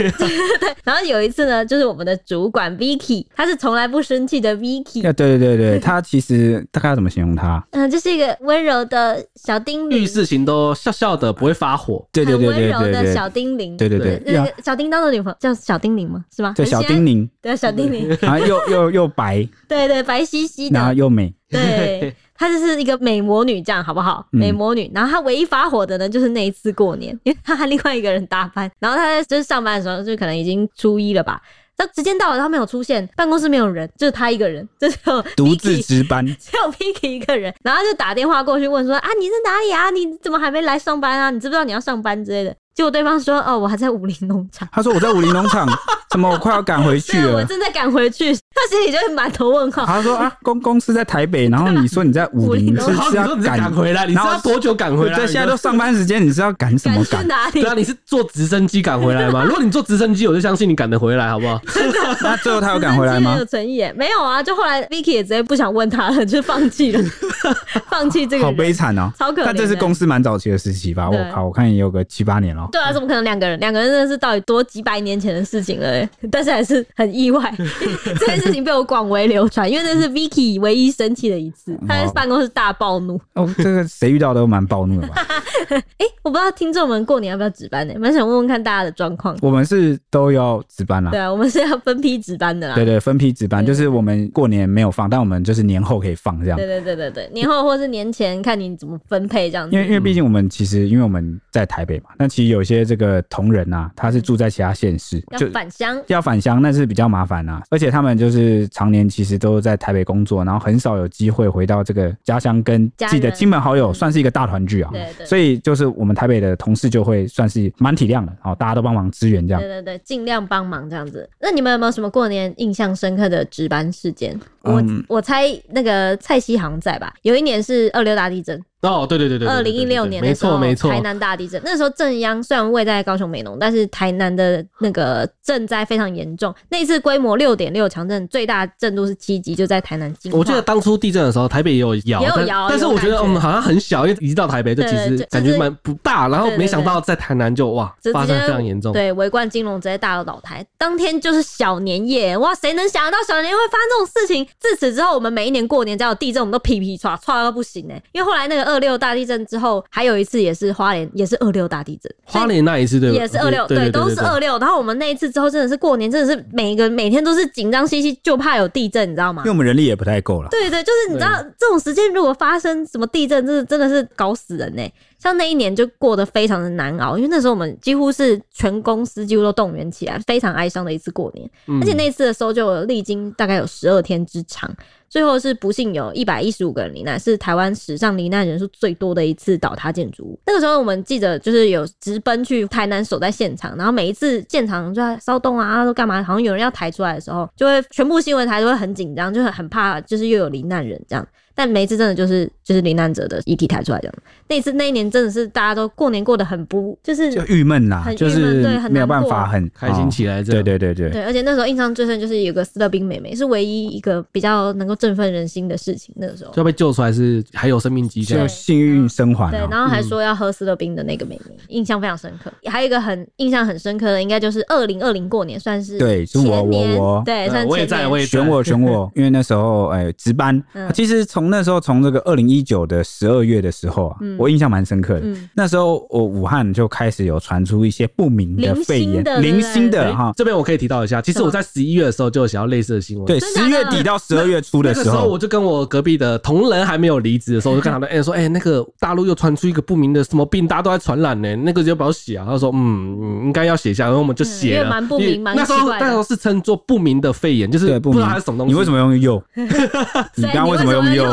Speaker 1: 然后有一次呢，就是我们的主管 Vicky，他是从来不生气的 Vicky，
Speaker 3: 啊，对对
Speaker 1: *laughs*
Speaker 3: 对对，他其实大概要怎么形容他？
Speaker 1: 嗯、就是一个温柔的小叮
Speaker 2: 遇
Speaker 1: 咛，
Speaker 2: 事情都笑笑的，不会发火。
Speaker 3: 嗯对对
Speaker 1: 很
Speaker 3: 对
Speaker 1: 温
Speaker 3: 对
Speaker 1: 柔
Speaker 3: 对
Speaker 1: 的
Speaker 3: 对，
Speaker 1: 小叮咛。
Speaker 3: 对对对
Speaker 1: 那
Speaker 3: 要
Speaker 1: 个小叮当的女朋友叫小叮铃吗？是吗？
Speaker 3: 对
Speaker 1: 很喜
Speaker 3: 小
Speaker 1: 欢
Speaker 3: 叮，咛，
Speaker 1: 对小叮铃，
Speaker 3: *laughs* 啊，又又又
Speaker 1: *laughs*
Speaker 3: 白，
Speaker 1: 对对，白兮兮的
Speaker 3: 然后，又美， *laughs*
Speaker 1: 对，她就是一个美魔女，这样好不好？
Speaker 3: 嗯
Speaker 1: 美魔女。然后她唯一发火的呢，就是那一次过年，
Speaker 3: *laughs*
Speaker 1: 因为她和另外一个人搭班，然后她在就是上班的时候，就可能已经初一了吧。那时间到了，她没有出现，办公室没有人，就是她一个人， *laughs* 就只有
Speaker 3: 独
Speaker 1: Vicky
Speaker 3: 自值班。
Speaker 1: 只有 Picky 一个人，然后就打电话过去问说啊，你在哪里啊？你怎么还没来上班啊？你知不知道你要上班之类的？结果对方说哦，我还在武林农场。
Speaker 3: 他说我在武林农
Speaker 1: *laughs*
Speaker 3: 场，怎么我快要赶回去
Speaker 1: 对，我
Speaker 3: 了？
Speaker 1: 正在赶回去，他心里就是满头问号。
Speaker 3: 他说啊，公公司在台北，然后你说你在武
Speaker 1: 武林
Speaker 3: 林，
Speaker 1: 农
Speaker 3: 是
Speaker 1: 场
Speaker 2: 然后你
Speaker 3: 是要
Speaker 2: 说你是
Speaker 3: 赶
Speaker 2: 赶回来，你是
Speaker 3: 然后
Speaker 2: 要多久赶回来？
Speaker 3: 对，现在都
Speaker 2: 你说
Speaker 3: 上班时间，你是要赶什
Speaker 1: 赶
Speaker 3: 么
Speaker 1: 去
Speaker 3: 赶？
Speaker 1: 哪里
Speaker 2: 对？啊，你是坐直升机赶回
Speaker 1: *laughs*
Speaker 2: 来吗？如果你坐直升机，我就相信你赶得回来，好不好？
Speaker 3: *laughs* 那最后他有赶回来
Speaker 1: 真的很
Speaker 3: 吗
Speaker 1: 有？诚意耶，没有啊，就后来 Vicky 也直接不想问他了，就放弃了， *laughs* 放弃这个
Speaker 3: 好
Speaker 1: 人
Speaker 3: 悲惨哦！
Speaker 1: 超可怜的。
Speaker 3: 但这是公司蛮早期的时期吧？
Speaker 1: 对
Speaker 3: 我靠，我看也有个七八年了。
Speaker 1: 对啊，怎么可能两个人？两个人真的是到底多几百年前的事情了耶、对，但是还是很意
Speaker 3: *laughs*
Speaker 1: 外，这件事情被我广为流传，因为那是 Vicky 唯一生气的一次，他在办公室大暴怒。
Speaker 3: 哦，这个谁遇到都蛮
Speaker 1: *laughs*
Speaker 3: 暴怒的吧？
Speaker 1: 哎、我不知道听众们过年要不要值班呢、蛮想问问看大家的状况。
Speaker 3: 我们是都要值班啦
Speaker 1: 对，啊，我们是要分批值班的啦。
Speaker 3: 对对，分批值班，
Speaker 1: 对
Speaker 3: 就是我们过年没有放，但我们就是年后可以放这样
Speaker 1: 对。对对对对，年后或是年前看你怎么分配这样子
Speaker 3: 因。为因为毕竟我们其实因为我们在台北嘛，那其实有些这个同仁啊，他是住在其他县市，
Speaker 1: 要
Speaker 3: 就
Speaker 1: 返乡，
Speaker 3: 要返乡那是比较麻烦啊。而且他们就是常年其实都在台北工作，然后很少有机会回到这个家乡跟
Speaker 1: 家
Speaker 3: 自己的
Speaker 1: 人
Speaker 3: 亲朋好友，
Speaker 1: 嗯
Speaker 3: 算是一个大团聚啊。
Speaker 1: 对对
Speaker 3: 所以就是我们台北的同事就会算是蛮体谅的，哦，大家都帮忙支援这样
Speaker 1: 对。对对，尽量帮忙这样子。那你们有没有什么过年印象深刻的值班事件？我、
Speaker 2: 嗯
Speaker 1: 我猜那个蔡西航在吧？有一年是二六大地震，
Speaker 2: 哦，对对对对，对
Speaker 1: 二零一六
Speaker 2: 对对对
Speaker 1: 年
Speaker 2: 没
Speaker 1: 的时
Speaker 2: 错
Speaker 1: 候，
Speaker 2: 没错
Speaker 1: 台，南大地震。那时候正央虽然位在高雄美浓，但是台南的那个震灾非常严重。那一次规模六点六强震，最大震度是七级，就在台南金华。
Speaker 2: 我记得当初地震的时候，台北也有摇，
Speaker 1: 也有
Speaker 2: 但
Speaker 1: 摇
Speaker 2: 但是
Speaker 1: 有
Speaker 2: 我觉得
Speaker 1: 感
Speaker 2: 我
Speaker 1: 觉
Speaker 2: 们好像很小，因为一到台北就
Speaker 1: 对
Speaker 2: 其实
Speaker 1: 就
Speaker 2: 感
Speaker 1: 就
Speaker 2: 觉
Speaker 1: 是
Speaker 2: 蛮不大，然后
Speaker 1: 对对
Speaker 2: 没想到在台南就哇
Speaker 1: 直
Speaker 2: 发
Speaker 1: 接
Speaker 2: 生非常严重，
Speaker 1: 对，围观金融直接大倒台。当天就是小年夜，哇，谁能想得到小年夜会发生这种事情？自此之后，我们每一年过年只要有地震，我们都屁屁唰唰到不行呢、因为后来那个二六大地震之后，还有一次也是花莲，也是二六大地震，
Speaker 2: 花莲那一次对吧
Speaker 1: 也是二六，
Speaker 2: 对
Speaker 1: 对，都是二六。然后我们那一次之后，真的是过年，真的是每一个每天都是紧张兮兮，就怕有地震，你知道吗
Speaker 3: 因为？我们人力也不太够了，
Speaker 1: 对对，就是你知道这种时间如果发生什么地震，真的真的是搞死人呢、像那一年就过得非常的难熬，因为那时候我们几乎是全公司几乎都动员起来，非常哀伤的一次过年。
Speaker 2: 嗯
Speaker 1: 而且那次的搜救有历经大概有十二天之长，最后是不幸有一百一十五个人罹难，是台湾史上罹难人数最多的一次倒塌建筑物。那个时候我们记者就是有直奔去台南守在现场，然后每一次现场就在骚动啊，都干嘛，好像有人要抬出来的时候，就会全部新闻台都会很紧张，就很很怕就是又有罹难人这样。但每一次真的就是就是罹难者的遗体抬出来这样。那一次那一年真的是大家都过年过得很不就是
Speaker 3: 就郁闷啦
Speaker 1: 很，
Speaker 3: 就
Speaker 1: 郁闷对
Speaker 3: 是
Speaker 1: 很
Speaker 3: 没有办
Speaker 1: 难过
Speaker 3: 法很
Speaker 2: 开心起来，
Speaker 3: 哦对，对对对，
Speaker 1: 对，而且那时候印象最深就是有个斯乐冰妹妹，是唯一一个比较能够振奋人心的事情。那个时候，
Speaker 2: 就被救出来是还有生命迹象
Speaker 3: 就，幸运生还
Speaker 1: 对，
Speaker 3: 啊。
Speaker 1: 然后还说要喝斯乐冰的那个妹妹，印象非常深刻。还有一个很印象很深刻的，应该就是二零二零过年，算是
Speaker 3: 对是
Speaker 1: 前
Speaker 3: 我
Speaker 1: 年，
Speaker 3: 我我
Speaker 1: 对，算
Speaker 2: 呃
Speaker 1: 是
Speaker 2: 我也
Speaker 1: 前
Speaker 2: 在，
Speaker 1: 年
Speaker 2: 我也在
Speaker 3: 选我
Speaker 1: *laughs*
Speaker 3: 选我，因为那时候哎值班
Speaker 1: 嗯，
Speaker 3: 其实从那时候从这个二零一九的十二月的时候啊，我印象蛮深刻的
Speaker 1: 嗯。
Speaker 3: 那时候我武汉就开始有传出一些不明的肺炎
Speaker 1: 零星的，
Speaker 3: 零星
Speaker 1: 对
Speaker 3: 的
Speaker 2: 哎
Speaker 3: 哈，
Speaker 2: 这边我可以提到一下，其实
Speaker 1: 什么
Speaker 2: 我在十一月的时候就有想要类似的新闻，
Speaker 3: 对，
Speaker 1: 真的假
Speaker 3: 十
Speaker 1: 的
Speaker 3: 月底到十二月初
Speaker 2: 那
Speaker 3: 的
Speaker 2: 个
Speaker 3: 时
Speaker 2: 时候，
Speaker 3: 候
Speaker 2: 我，就跟我隔壁的同仁还没有离职的时候，我就跟
Speaker 3: *laughs*
Speaker 2: 他们哎、说，哎、那个大陆又传出一个不明的什么病，大家都在传染呢、那个就不要写啊。他说，嗯，嗯应该要写一下，然后我们就
Speaker 1: 嗯
Speaker 2: 写
Speaker 1: 因
Speaker 2: 了。
Speaker 1: 为蛮不明
Speaker 2: 因为
Speaker 1: 蛮
Speaker 2: 那时候
Speaker 1: 奇怪的
Speaker 2: 那时候是称作不明的肺炎，就是
Speaker 3: 对不
Speaker 2: 不知
Speaker 3: 明
Speaker 2: 道它是什么东西。
Speaker 3: 你为什
Speaker 2: *laughs* 么？
Speaker 3: 么用又？
Speaker 1: *laughs*
Speaker 3: 你
Speaker 1: 所以
Speaker 3: 刚刚
Speaker 1: 你
Speaker 3: 为
Speaker 1: 为
Speaker 3: 什么
Speaker 1: 什
Speaker 3: 用
Speaker 1: 么 *laughs*
Speaker 3: 又？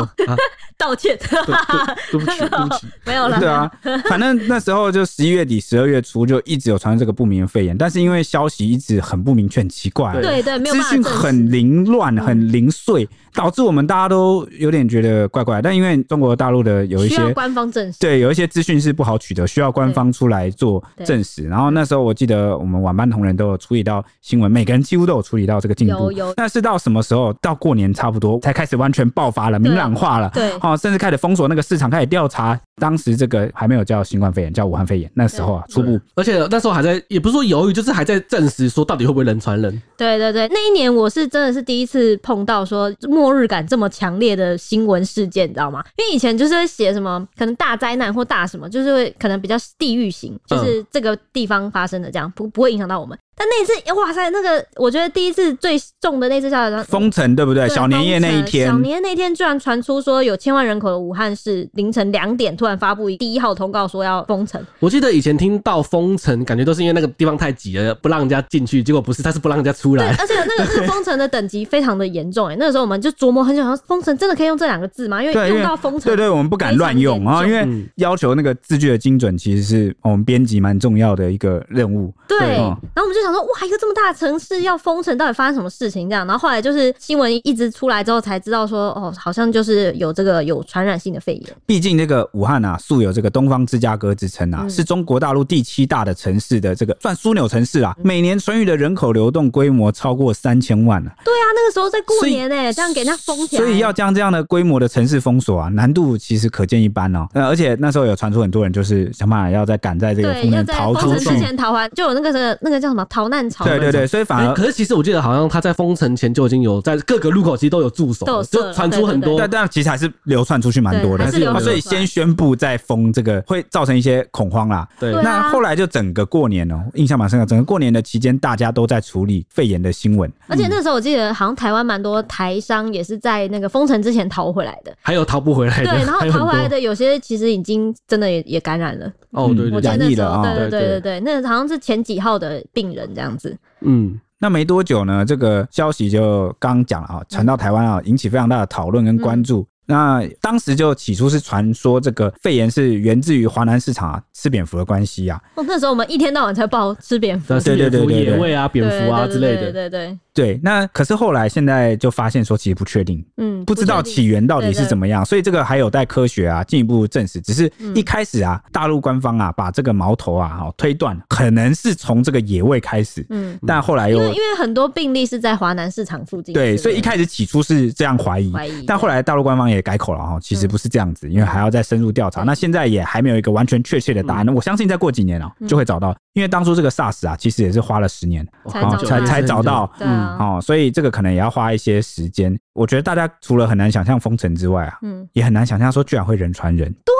Speaker 1: 道歉，
Speaker 2: 对对 *laughs* 不起，对不起。
Speaker 1: 没有了，
Speaker 3: 对啊，反正那时候就十一月底、十二月初就一直有传这个不明的肺炎，但是因为消息一直很不明确、很奇怪、啊，
Speaker 1: 对
Speaker 2: 对
Speaker 1: 对，没有
Speaker 3: 资
Speaker 1: 办法
Speaker 3: 讯
Speaker 1: 证实，嗯
Speaker 3: 很凌乱、很零碎，导致我们大家都有点觉得怪怪。但因为中国大陆的有一
Speaker 1: 需要
Speaker 3: 些。
Speaker 1: 官方证实。
Speaker 3: 对，有一些资讯是不好取得，需要官方出来做证实。然后那时候我记得我们晚班同仁都有处理到新闻，每个人几乎都有处理到这个进
Speaker 1: 有
Speaker 3: 度。
Speaker 1: 有
Speaker 3: 那是到什么时候？到过年差不多才开始完全爆发了，
Speaker 1: 对
Speaker 3: 明朗化了。
Speaker 1: 对
Speaker 3: 哦，甚至开始封锁那个市场，开始调查。当时这个还没有叫新冠肺炎，叫武汉肺炎。那时候啊，初步
Speaker 2: 而且那时候还在，也不是说犹豫，就是还在证实说到底会不会人传人。
Speaker 1: 对对对，那一年我是真的是第一次碰到说末日感这么强烈的新闻事件，你知道吗？因为以前就是会写什么可能大灾难或大什么，就是会可能比较地域型，就是这个地方发生的这样，不不会影响到我们。但那一次，哇塞，那个我觉得第一次最重的那次下来，
Speaker 3: 封城，对不对？
Speaker 1: 对啊
Speaker 3: 小年夜那一天
Speaker 1: 小，年夜那天居然传出说有千万人口的武汉市凌晨两点突然发布第一号通告说要封城，
Speaker 2: 我记得以前听到封城，感觉都是因为那个地方太挤了，不让人家进去。结果不是，他是不让人家出
Speaker 1: 对
Speaker 2: 来，。
Speaker 1: 而且那个那个封城的等级非常的严重哎、那个时候我们就琢磨很久，想说封城真的可以用这两个字吗？因
Speaker 3: 对
Speaker 1: 为
Speaker 3: 因为
Speaker 1: 用到封城，
Speaker 3: 对对，我们不敢乱用
Speaker 1: 非
Speaker 3: 啊，
Speaker 1: 常
Speaker 3: 因
Speaker 1: 严
Speaker 3: 为要求那个字句的精准，其实是我们编辑蛮重要的一个任务。
Speaker 1: 对，
Speaker 3: 对
Speaker 1: 然
Speaker 3: 哦
Speaker 1: 后我们就想说，哇，一个这么大的城市要封城，到底发生什么事情？这样，然后后来就是新闻一直出来之后，才知道说，哦，好像就是有这个有传染性的肺炎，
Speaker 3: 毕竟这个武汉啊，素有这个“东方芝加哥”之称啊，
Speaker 1: 嗯
Speaker 3: 是中国大陆第七大的城市的这个算枢纽城市啊，
Speaker 1: 嗯
Speaker 3: 每年春运的人口流动规模超过三千万啊，
Speaker 1: 对啊，那个时候在过
Speaker 3: 所以
Speaker 1: 年哎、这样给人家封起来，
Speaker 3: 所以要将这样的规模的城市封锁啊，难度其实可见一斑哦。呃，而且那时候有传出很多人就是想办法要在赶在这个
Speaker 1: 对
Speaker 3: 封
Speaker 1: 要
Speaker 3: 城
Speaker 1: 在
Speaker 3: 逃
Speaker 1: 封
Speaker 3: 出
Speaker 1: 城
Speaker 3: 去
Speaker 1: 之，前逃完，就有那个那个叫什么逃难潮，
Speaker 3: 对对对，所以反
Speaker 2: 哎
Speaker 3: 而
Speaker 2: 可是其实我记得好像他在封城前就已经有在各个路口其实都有驻守
Speaker 1: 都有
Speaker 2: 了，
Speaker 1: 设了
Speaker 2: 就传出很多
Speaker 1: 对
Speaker 3: 但但其实还是流窜出去蛮多
Speaker 1: 哦对
Speaker 3: 的，
Speaker 1: 还是流
Speaker 2: 传
Speaker 3: 啊所以
Speaker 1: 出来
Speaker 3: 先宣布再封这个，会造成一些恐慌啦。
Speaker 2: 对
Speaker 1: 对啊
Speaker 3: 那后来就整个过年哦、印象蛮深刻。整个过年的期间，大家都在处理肺炎的新闻，
Speaker 1: 而且那时候我记得好像台湾蛮多台商也是在那个封城之前逃回来的，
Speaker 2: 还有逃不回来的，
Speaker 1: 对，然后
Speaker 2: 还有很
Speaker 1: 逃
Speaker 2: 多
Speaker 1: 回来的有些其实已经真的也也感染了，
Speaker 2: 哦，对
Speaker 1: 我记
Speaker 2: 对对，
Speaker 1: 得
Speaker 3: 染
Speaker 1: 那
Speaker 3: 疫
Speaker 1: 时
Speaker 3: 了
Speaker 1: 候
Speaker 3: 啊
Speaker 1: 对对
Speaker 2: 对
Speaker 1: 对对对，那好像是前几号的病人这样子，
Speaker 2: 嗯，
Speaker 3: 那没多久呢，这个消息就刚讲了啊，
Speaker 1: 嗯
Speaker 3: 传到台湾啊，引起非常大的讨论跟关注。那当时就起初是传说这个肺炎是源自于华南市场啊吃蝙蝠的关系啊，
Speaker 1: 哦，那时候我们一天到晚在报吃蝙蝠，
Speaker 2: 但是
Speaker 3: 对对
Speaker 2: 蝙蝠
Speaker 3: 对对对
Speaker 2: 野味啊、蝙蝠啊
Speaker 1: 对
Speaker 2: 之类
Speaker 1: 对对
Speaker 2: 的，
Speaker 1: 对对，
Speaker 3: 对。那可是后来现在就发现说其实不确定，
Speaker 1: 嗯，
Speaker 3: 不知
Speaker 1: 确
Speaker 3: 道
Speaker 1: 定
Speaker 3: 起源到底
Speaker 1: 对
Speaker 3: 是
Speaker 1: 对嗯
Speaker 3: 怎么样，所以这个还有待科学啊进一步证实。只是一开始啊，大陆官方啊把这个矛头啊哦推断可能是从这个野味开始，
Speaker 1: 嗯，
Speaker 3: 但后来
Speaker 1: 因
Speaker 3: 又
Speaker 1: 为因为很多病例是在华南市场附近，是不
Speaker 3: 对，
Speaker 1: 是
Speaker 3: 所以一开始起初是这样怀疑，
Speaker 1: 怀疑嗯
Speaker 3: 但后来大陆官方也改口了哦哈，其实不是这样子，因为还要再深入调查。
Speaker 1: 对嗯
Speaker 3: 那现在也还没有一个完全确切的答案，我相信再过几年哦、就会找到，因为当初这个 SARS 啊，其实也是花了十年哦
Speaker 1: 才
Speaker 2: 哇
Speaker 1: 找
Speaker 2: 好久
Speaker 1: 到
Speaker 3: 才才找到。
Speaker 1: 对啊，
Speaker 3: 哦，所以这个可能也要花一些时间。我觉得大家除了很难想象封城之外啊，
Speaker 1: 嗯，
Speaker 3: 也很难想象说居然会人传人。对，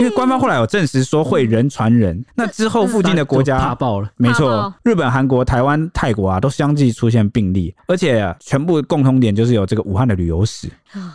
Speaker 3: 因为官方后来有证实说会人传人，那之后附近的国
Speaker 2: 大家就怕
Speaker 3: 家。
Speaker 2: 爆了，
Speaker 3: 没
Speaker 1: 怕
Speaker 3: 错
Speaker 1: 爆，
Speaker 3: 日本、韩国、台湾、泰国啊，都相继出现病例，而且全部共通点就是有这个武汉的旅游史，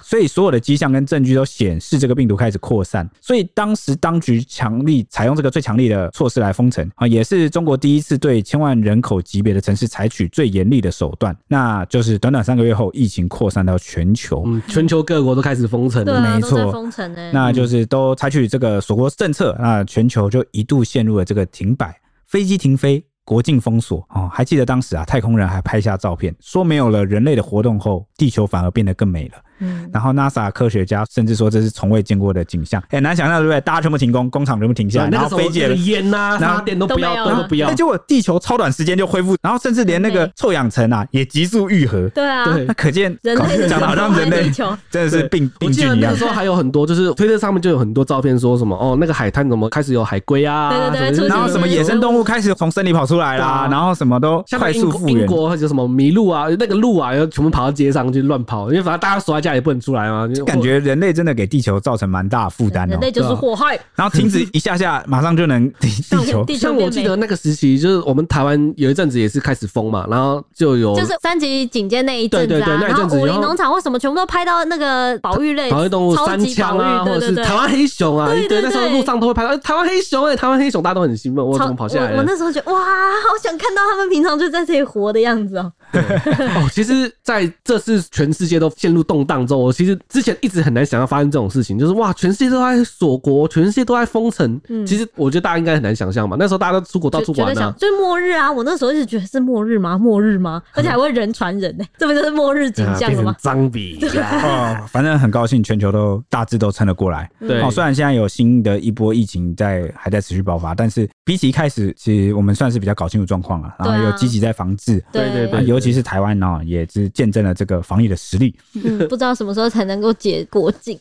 Speaker 3: 所以所有的迹象跟证据都显示这个病毒开始扩散。所以当时当局强力采用这个最强力的措施来封城啊，也是中国第一次对千万人口级别的城市采取最严厉的手段。那就是短短三个月后，疫情扩散到全球，
Speaker 2: 嗯，全球各国都开始封城
Speaker 1: 对
Speaker 2: 了，
Speaker 1: 啊，
Speaker 3: 没
Speaker 1: 都在
Speaker 3: 错
Speaker 1: 封城呢，
Speaker 3: 那就是都采取这个锁国政策，那全球就一度陷入了这个停摆，飞机停飞。国境封锁哦，还记得当时啊，太空人还拍下照片，说没有了人类的活动后，地球反而变得更美了。
Speaker 1: 嗯，
Speaker 3: 然后 NASA 科学家甚至说这是从未见过的景象，很难想象对不对？大家全部停工，工厂全部停下来，
Speaker 2: 那
Speaker 3: 然
Speaker 2: 个
Speaker 3: 后
Speaker 2: 什么
Speaker 3: 飞机也
Speaker 2: 那个烟呐、
Speaker 3: 然后
Speaker 2: 发电都不
Speaker 1: 都没有
Speaker 2: 要，
Speaker 1: 了
Speaker 2: 都不要
Speaker 3: 哎，结果地球超短时间就恢复，然后甚至连那
Speaker 1: 很
Speaker 3: 个
Speaker 1: 美
Speaker 3: 臭氧层啊也急速愈合。
Speaker 1: 对啊，
Speaker 2: 对
Speaker 3: 那可见
Speaker 1: 人类的
Speaker 3: 讲的好像人类
Speaker 1: 地球
Speaker 3: 真的是
Speaker 2: 对
Speaker 3: 病
Speaker 2: 我
Speaker 3: 病
Speaker 2: 记得
Speaker 3: 菌一
Speaker 2: 那
Speaker 3: 样
Speaker 2: 个时。候还有很多，就是推特上面就有很多照片，说什么哦，那个海滩怎么开始有海龟啊，
Speaker 1: 对对对
Speaker 2: 什么 *laughs*
Speaker 1: 出
Speaker 3: 然后什么野生动物开始从森林跑出来啦，
Speaker 2: 对啊
Speaker 3: 然后什么都
Speaker 2: 像
Speaker 3: 快
Speaker 2: 英
Speaker 3: 速
Speaker 2: 国
Speaker 3: 复
Speaker 2: 英
Speaker 3: 原。
Speaker 2: 国或者什么麋鹿啊，那个鹿啊，然后全部跑到街上去乱跑，因为反正大家锁在家里不能出来
Speaker 3: *laughs*
Speaker 2: 嘛，就
Speaker 3: 感觉人类真的给地球造成蛮大的负担哦
Speaker 1: 人。类就是
Speaker 2: 对啊
Speaker 1: 祸害，
Speaker 3: *laughs* 然后停止一下下，马上就能 *laughs* 地
Speaker 1: 像
Speaker 3: 地球
Speaker 1: 地球
Speaker 2: 像我
Speaker 1: 变
Speaker 2: 记
Speaker 1: 美
Speaker 2: 得。那个时期，就是我们台湾有一阵子也是开始封嘛，然后就有
Speaker 1: 就是三级警戒那一阵子
Speaker 2: 哦对对对
Speaker 1: 啊，
Speaker 2: 那一
Speaker 1: 然
Speaker 2: 阵子
Speaker 1: 后武林
Speaker 2: 然后
Speaker 1: 农场为什么全部都拍到那个保育类
Speaker 2: 保育动物
Speaker 1: 超
Speaker 2: 三
Speaker 1: 级
Speaker 2: 枪
Speaker 1: 保
Speaker 2: 啊，
Speaker 1: 育，
Speaker 2: 或
Speaker 1: 对
Speaker 2: 者是
Speaker 1: 对对，
Speaker 2: 台湾黑熊啊，
Speaker 1: 对
Speaker 2: 一
Speaker 1: 对
Speaker 2: 堆那时候
Speaker 1: 对
Speaker 2: 路上都会拍到哎台湾黑熊哎，台湾黑熊，大家都很兴奋，我
Speaker 1: 超
Speaker 2: 怎么跑下来
Speaker 1: 我我
Speaker 2: 了？
Speaker 1: 那时候觉得哇，好想看到他们平常就在这里活的样子哦、
Speaker 2: 哦，其实在这次全世界都陷入动荡之后，我其实之前一直很难想要发生这种事情，就是哇，全世界都在锁国，全世界都在封城。
Speaker 1: 嗯
Speaker 2: 其实我觉得大家应该很难想象嘛，那时候大家都出国到处
Speaker 1: 就觉得
Speaker 2: 玩
Speaker 1: 想
Speaker 2: 啊。
Speaker 1: 就是末日啊！我那时候一直觉得是末日吗？末日吗？而且还会人传人呢、 *laughs* 这不就是末日景象
Speaker 2: 啊变
Speaker 1: 了
Speaker 2: 成
Speaker 1: 吗？
Speaker 2: 脏比，
Speaker 3: 哦，反正很高兴全球都大致都撑了过来。
Speaker 2: 对
Speaker 3: 哦，虽然现在有新的一波疫情在还在持续爆发，但是比起一开始，其实我们算是比较搞清楚状况了，然后
Speaker 1: 对啊
Speaker 3: 有积极在防治。
Speaker 2: 对对
Speaker 3: 啊，
Speaker 2: 对
Speaker 3: 尤其是台湾呢，也是见证了这个防疫的实力。
Speaker 1: 嗯，不知道什么时候才能够解国
Speaker 2: *laughs*
Speaker 1: 境，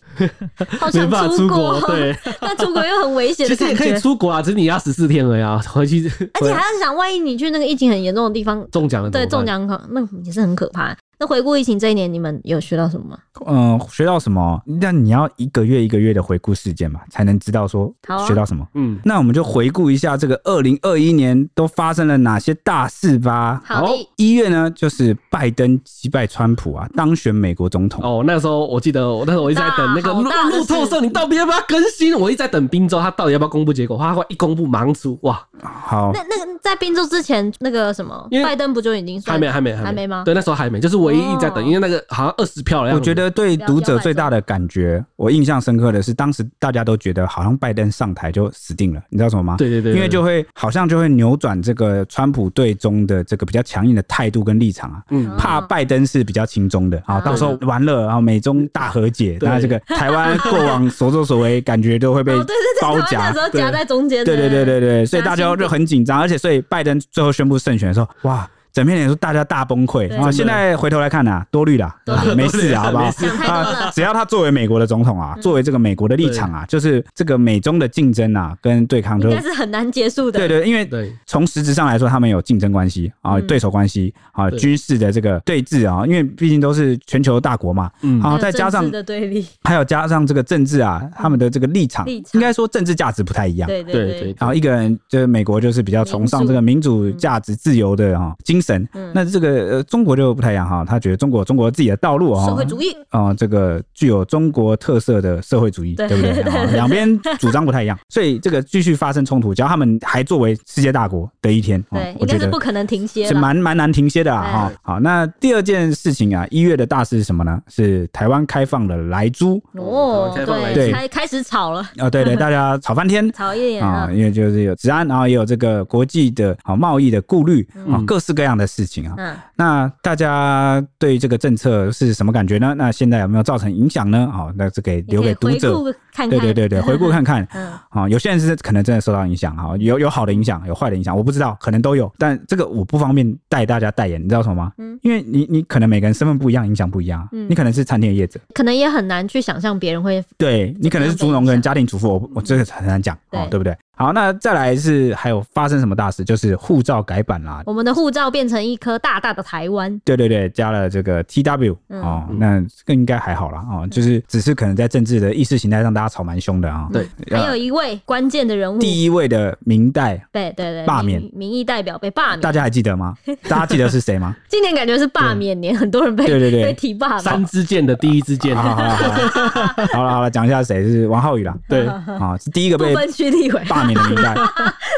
Speaker 1: 好想
Speaker 2: 没办法
Speaker 1: 出
Speaker 2: 出国对，
Speaker 1: *laughs* 但出国又很危险
Speaker 2: 其
Speaker 1: 的
Speaker 2: 实
Speaker 1: 感
Speaker 2: 也可
Speaker 1: 觉
Speaker 2: 以。出国啊，只是你要十四天而已啊， *laughs* 回去
Speaker 1: 而且还要想，万一你去那个疫情很严重的地方，
Speaker 2: 中奖了怎
Speaker 1: 对
Speaker 2: 么办，
Speaker 1: 中奖可那也是很可怕。那回顾疫情这一年，你们有学到什么吗？
Speaker 3: 嗯，学到什么？那你要一个月一个月的回顾事件嘛，才能知道说
Speaker 1: 好啊
Speaker 3: 学到什么。
Speaker 2: 嗯，
Speaker 3: 那我们就回顾一下这个二零二一年都发生了哪些大事吧。
Speaker 1: 好的
Speaker 3: 一月呢，就是拜登击败川普啊，当选美国总统。
Speaker 2: 哦，那时候我记得，我那时候我一直在等那个
Speaker 1: 大好
Speaker 2: 路
Speaker 1: 大的
Speaker 2: 路透
Speaker 1: 事
Speaker 2: 社，你到底要不要更新？我一直在等滨州，他到底要不要公布结果？他会一公布忙出，哇，
Speaker 3: 好，
Speaker 1: 那那个在宾州之前，那个什么
Speaker 2: 因为
Speaker 1: 拜登不就已经算
Speaker 2: 还没，还没，
Speaker 1: 还没吗
Speaker 2: 对，那时候还没，就是唯一一直在等，
Speaker 1: 哦
Speaker 2: 因为那个好像二十票了。
Speaker 3: 我觉得对读者最大的感觉，我印象深刻的是，当时大家都觉得好像拜登上台就死定了，你知道什么吗？
Speaker 2: 对对对对
Speaker 3: 因为就会好像就会扭转这个川普对中的这个比较强硬的态度跟立场啊。
Speaker 2: 嗯
Speaker 3: 怕拜登是比较轻松的啊，
Speaker 1: 啊
Speaker 3: 到时候完了，然后美中大和解，
Speaker 2: 哦对
Speaker 3: 那这个台湾过往所作所为，感觉
Speaker 2: *laughs*
Speaker 3: 都会被
Speaker 1: 哦，对对对，台
Speaker 3: 包
Speaker 1: 湾那
Speaker 3: 夹
Speaker 1: 时。候夹在中间，
Speaker 3: 对对对对对，所以
Speaker 1: 夹
Speaker 3: 大
Speaker 1: 心
Speaker 3: 家
Speaker 1: 饼
Speaker 3: 就很紧张，而且所以拜登最后宣布胜选的时候，哇，整片脸书大家大崩溃
Speaker 1: 对
Speaker 3: 啊！现在回头来看啊，多虑啦，
Speaker 1: 多虑
Speaker 3: 啊没事啊，好不好
Speaker 2: 没？
Speaker 1: 想太多了嗯
Speaker 3: 啊，只要他作为美国的总统啊，作为这个美国的立场啊，就是这个美中的竞争啊，跟对抗
Speaker 1: 应
Speaker 3: 就
Speaker 1: 该是很难结束的。
Speaker 3: 对对，因为
Speaker 2: 对，
Speaker 3: 从实质上来说，他们有竞争关系啊，
Speaker 1: 嗯
Speaker 3: 对手关系啊，
Speaker 2: 对
Speaker 3: 军事的这个对峙啊，因为毕竟都是全球大国嘛，
Speaker 2: 嗯
Speaker 3: 好
Speaker 1: 还有
Speaker 3: 啊再加上
Speaker 1: 政治的对立，
Speaker 3: 还有加上这个政治啊，他们的这个立场，
Speaker 1: 立场
Speaker 3: 应该说政治价值不太一样。
Speaker 1: 对
Speaker 2: 对
Speaker 1: 对
Speaker 2: 对
Speaker 1: 对，
Speaker 3: 然后一个人就是美国，就是比较崇尚
Speaker 1: 民主
Speaker 3: 这个民主价值、自由的哈、精
Speaker 1: 嗯
Speaker 3: 神。那这个呃中国就不太一样哈，他觉得中国有中国自己的道路啊、
Speaker 1: 社会主义，
Speaker 3: 啊、这个具有中国特色的社会主义，对
Speaker 1: 对
Speaker 3: 不对？
Speaker 1: *laughs*
Speaker 3: 啊两边主张不太一样，所以这个继续发生冲突，只要他们还作为世界大国的一天，啊
Speaker 1: 对，
Speaker 3: 我
Speaker 1: 应
Speaker 3: 觉
Speaker 1: 该是
Speaker 3: 得
Speaker 1: 不可能停歇
Speaker 3: 是
Speaker 1: 了。
Speaker 3: 蛮蛮难停歇的啊！哈、好，那第二件事情啊，一月的大事是什么呢？是台湾开放了莱猪
Speaker 1: 哦，
Speaker 2: 开放来
Speaker 3: 对
Speaker 1: 对，开开始吵了，*laughs*
Speaker 3: 啊、对对，大家吵翻天
Speaker 1: 吵一点
Speaker 3: 啊、
Speaker 1: 啊，
Speaker 3: 因为就是有治安，然后也有这个国际的啊贸易的顾虑啊、各式各样的事情啊。
Speaker 1: 嗯，
Speaker 3: 那大家对这个政策是什么感觉呢？那现在有没有造成影响呢？好、那这给
Speaker 1: 你
Speaker 3: 留
Speaker 1: 可
Speaker 3: 给
Speaker 1: 以
Speaker 3: 读
Speaker 1: 回
Speaker 3: 者。
Speaker 1: 顾看看，
Speaker 3: 对对
Speaker 1: *laughs*
Speaker 3: 对对，回顾看看
Speaker 1: 嗯，
Speaker 3: 啊、有些人是可能真的受到影响哈，有有好的影响，有坏的影响，我不知道，可能都有，但这个我不方便带大家代言，你知道什么吗？
Speaker 1: 嗯
Speaker 3: 因为你你可能每个人身份不一样，影响不一样啊，
Speaker 1: 嗯
Speaker 3: 你可能是餐厅的业者，
Speaker 1: 可能也很难去想象别人会
Speaker 3: 对你可能是
Speaker 1: 怎
Speaker 3: 猪
Speaker 1: 么样被影
Speaker 3: 农跟
Speaker 1: 响
Speaker 3: 家庭主妇，我我这个很难讲哦，
Speaker 1: 嗯对
Speaker 3: 对不对？好，那再来是还有发生什么大事，就是护照改版啦，
Speaker 1: 我们的护照变成一颗大大的台湾，
Speaker 3: 对对对，加了这个 T W
Speaker 1: 嗯
Speaker 3: 哦，那这个应该还好啦哦，就是只是可能在政治的意识形态上大家吵蛮凶的
Speaker 1: 嗯
Speaker 3: 啊、
Speaker 2: 对
Speaker 3: 呃
Speaker 1: 还有一位关键的人物，
Speaker 3: 第一位的明代
Speaker 1: 对对对，
Speaker 3: 罢免
Speaker 1: 民民意代表被罢
Speaker 3: 大
Speaker 1: 免，
Speaker 3: 家还记
Speaker 1: *laughs*
Speaker 3: 得吗？大家记得是谁吗？
Speaker 1: 今年感觉是罢免年，很多人被
Speaker 3: 对对对
Speaker 1: *laughs* 被提罢免
Speaker 2: 三，支箭的第一支箭
Speaker 3: 好，了好了好了好了好了，讲一下谁是王浩宇啦。
Speaker 1: *laughs*
Speaker 2: 对，
Speaker 3: 啊，是第一个
Speaker 1: 不
Speaker 3: 被
Speaker 1: 分区立委，
Speaker 3: 罢免的明
Speaker 1: *laughs*
Speaker 3: 代。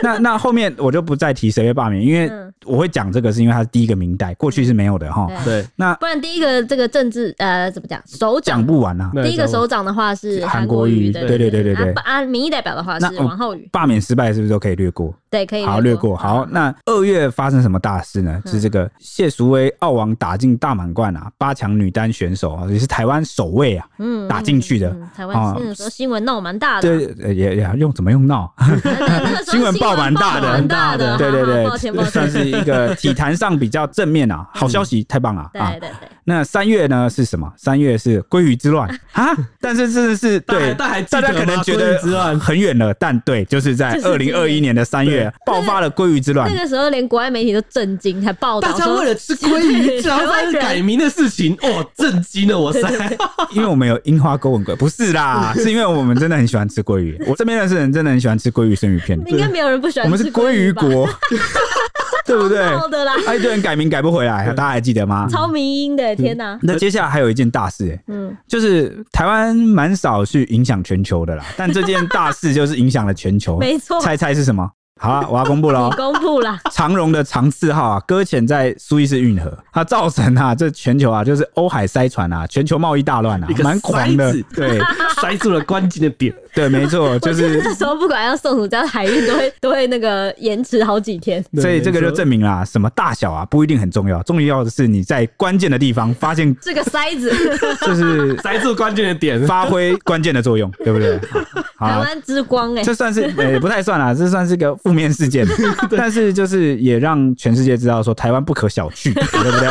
Speaker 3: 那那后面我就不再提谁被罢免，因为
Speaker 1: 嗯
Speaker 3: 我会讲这个是因为他是第一个明代，过去是没有的哈。
Speaker 1: 对，
Speaker 2: 对，
Speaker 3: 那
Speaker 1: 不然第一个这个政治呃怎么讲，首
Speaker 3: 讲
Speaker 1: 长。
Speaker 3: 不完啊。
Speaker 2: 那
Speaker 1: 第一个首长的话是
Speaker 3: 韩
Speaker 1: 韩
Speaker 3: 国
Speaker 1: 国
Speaker 3: 瑜
Speaker 1: 瑜，
Speaker 3: 对对
Speaker 1: 对
Speaker 3: 对对对
Speaker 1: 啊啊，民意代表的话
Speaker 3: 那
Speaker 1: 是
Speaker 3: 嗯
Speaker 1: 王浩宇，
Speaker 3: 罢免失败是不是都可以略过？
Speaker 1: 对，可以嗯
Speaker 3: 好，略过。好，那二月发生什么大事呢？是这个谢淑薇澳网打进大满贯啊，八强女单选手啊，也是台湾首位啊。
Speaker 1: 嗯
Speaker 3: 打进去的
Speaker 1: 嗯嗯嗯台
Speaker 3: 啊
Speaker 1: 湾那个时候新闻闹蛮大的， *laughs*
Speaker 3: 对，呃也也用怎么用闹？
Speaker 1: 那个时候
Speaker 3: 新闻报蛮
Speaker 1: 蛮
Speaker 3: 大的
Speaker 1: 蛮大的，
Speaker 3: *laughs* 对对
Speaker 1: 哈哈
Speaker 3: 对，
Speaker 1: *laughs* 抱歉抱歉，
Speaker 3: 算是一个体坛上比较正面啊，好消息，太棒了啊
Speaker 1: 对！对对，
Speaker 3: 那三月呢是什么？三月是鲑鱼之乱啊！但是真的是
Speaker 2: 大
Speaker 3: 对，
Speaker 2: 大海记
Speaker 3: 大
Speaker 2: 得
Speaker 3: 家可能
Speaker 2: 吗
Speaker 3: 觉
Speaker 2: 鲑
Speaker 3: 得
Speaker 2: 鱼之乱
Speaker 3: 很远了，但对，就是在
Speaker 1: 就是
Speaker 3: 二零二一年的三月爆发了鲑鱼之乱
Speaker 1: 那。个时候连国外媒体都震惊，还报道
Speaker 2: 大家
Speaker 1: 说
Speaker 2: 为
Speaker 1: *laughs*
Speaker 2: 了吃鲑鱼，竟然发生改名的事情，哦，震惊了我塞！
Speaker 3: 因为我们有樱花勾吻鲑，不是啦，是因为我们真的很喜欢吃鲑鱼。我这边认识的人真的很喜欢吃鲑鱼生鱼片，
Speaker 1: 应该没有人不喜欢
Speaker 3: 我们是
Speaker 1: 吃
Speaker 3: 鲑鱼
Speaker 1: 吧
Speaker 3: 国， *laughs* 对不对？
Speaker 1: 闹的啦，
Speaker 3: 啊，一堆人改名改不回来，大家还记得吗？
Speaker 1: 超迷因
Speaker 3: 嗯
Speaker 1: 的，天哪！
Speaker 3: 那接下来还有一件大事、欸，
Speaker 1: 嗯，
Speaker 3: 就是台湾蛮少去影响全球的啦，但这件大事就是影响了全球。
Speaker 1: *laughs* 没错，
Speaker 3: 猜猜是什么？好
Speaker 1: *laughs*
Speaker 3: 啊，我要公布了
Speaker 1: 你
Speaker 3: 哦。
Speaker 1: 公布啦，
Speaker 3: *laughs* 长荣的长四号啊，搁浅在苏伊士运河，它造成啊 *laughs* 这全球啊就是欧海塞船啊，全球贸易大乱啊
Speaker 2: 一，个
Speaker 3: 蛮狂的
Speaker 2: 塞子。
Speaker 1: *laughs*
Speaker 3: 对
Speaker 2: *laughs* 塞住了关键的点，
Speaker 3: 对，没错，就
Speaker 1: 我
Speaker 3: 是
Speaker 1: 记得那时候不管要送什么，只要是海运都会都会那个延迟好几天。
Speaker 3: 所
Speaker 2: 对
Speaker 3: 以这个就证明啦，什么大小啊不一定很重要，重要的是你在关键的地方发现， *laughs*
Speaker 1: 这个塞子，
Speaker 3: 就是
Speaker 2: 塞住关键的点，
Speaker 3: 发挥关键的作用，对不对？好
Speaker 1: 台
Speaker 3: 啊，
Speaker 1: 湾之光哎，
Speaker 3: 这算是呃、不太算啦，这算是个负面
Speaker 2: *laughs*
Speaker 3: 事件，但是就是也让全世界知道说台湾不可小觑，对不对？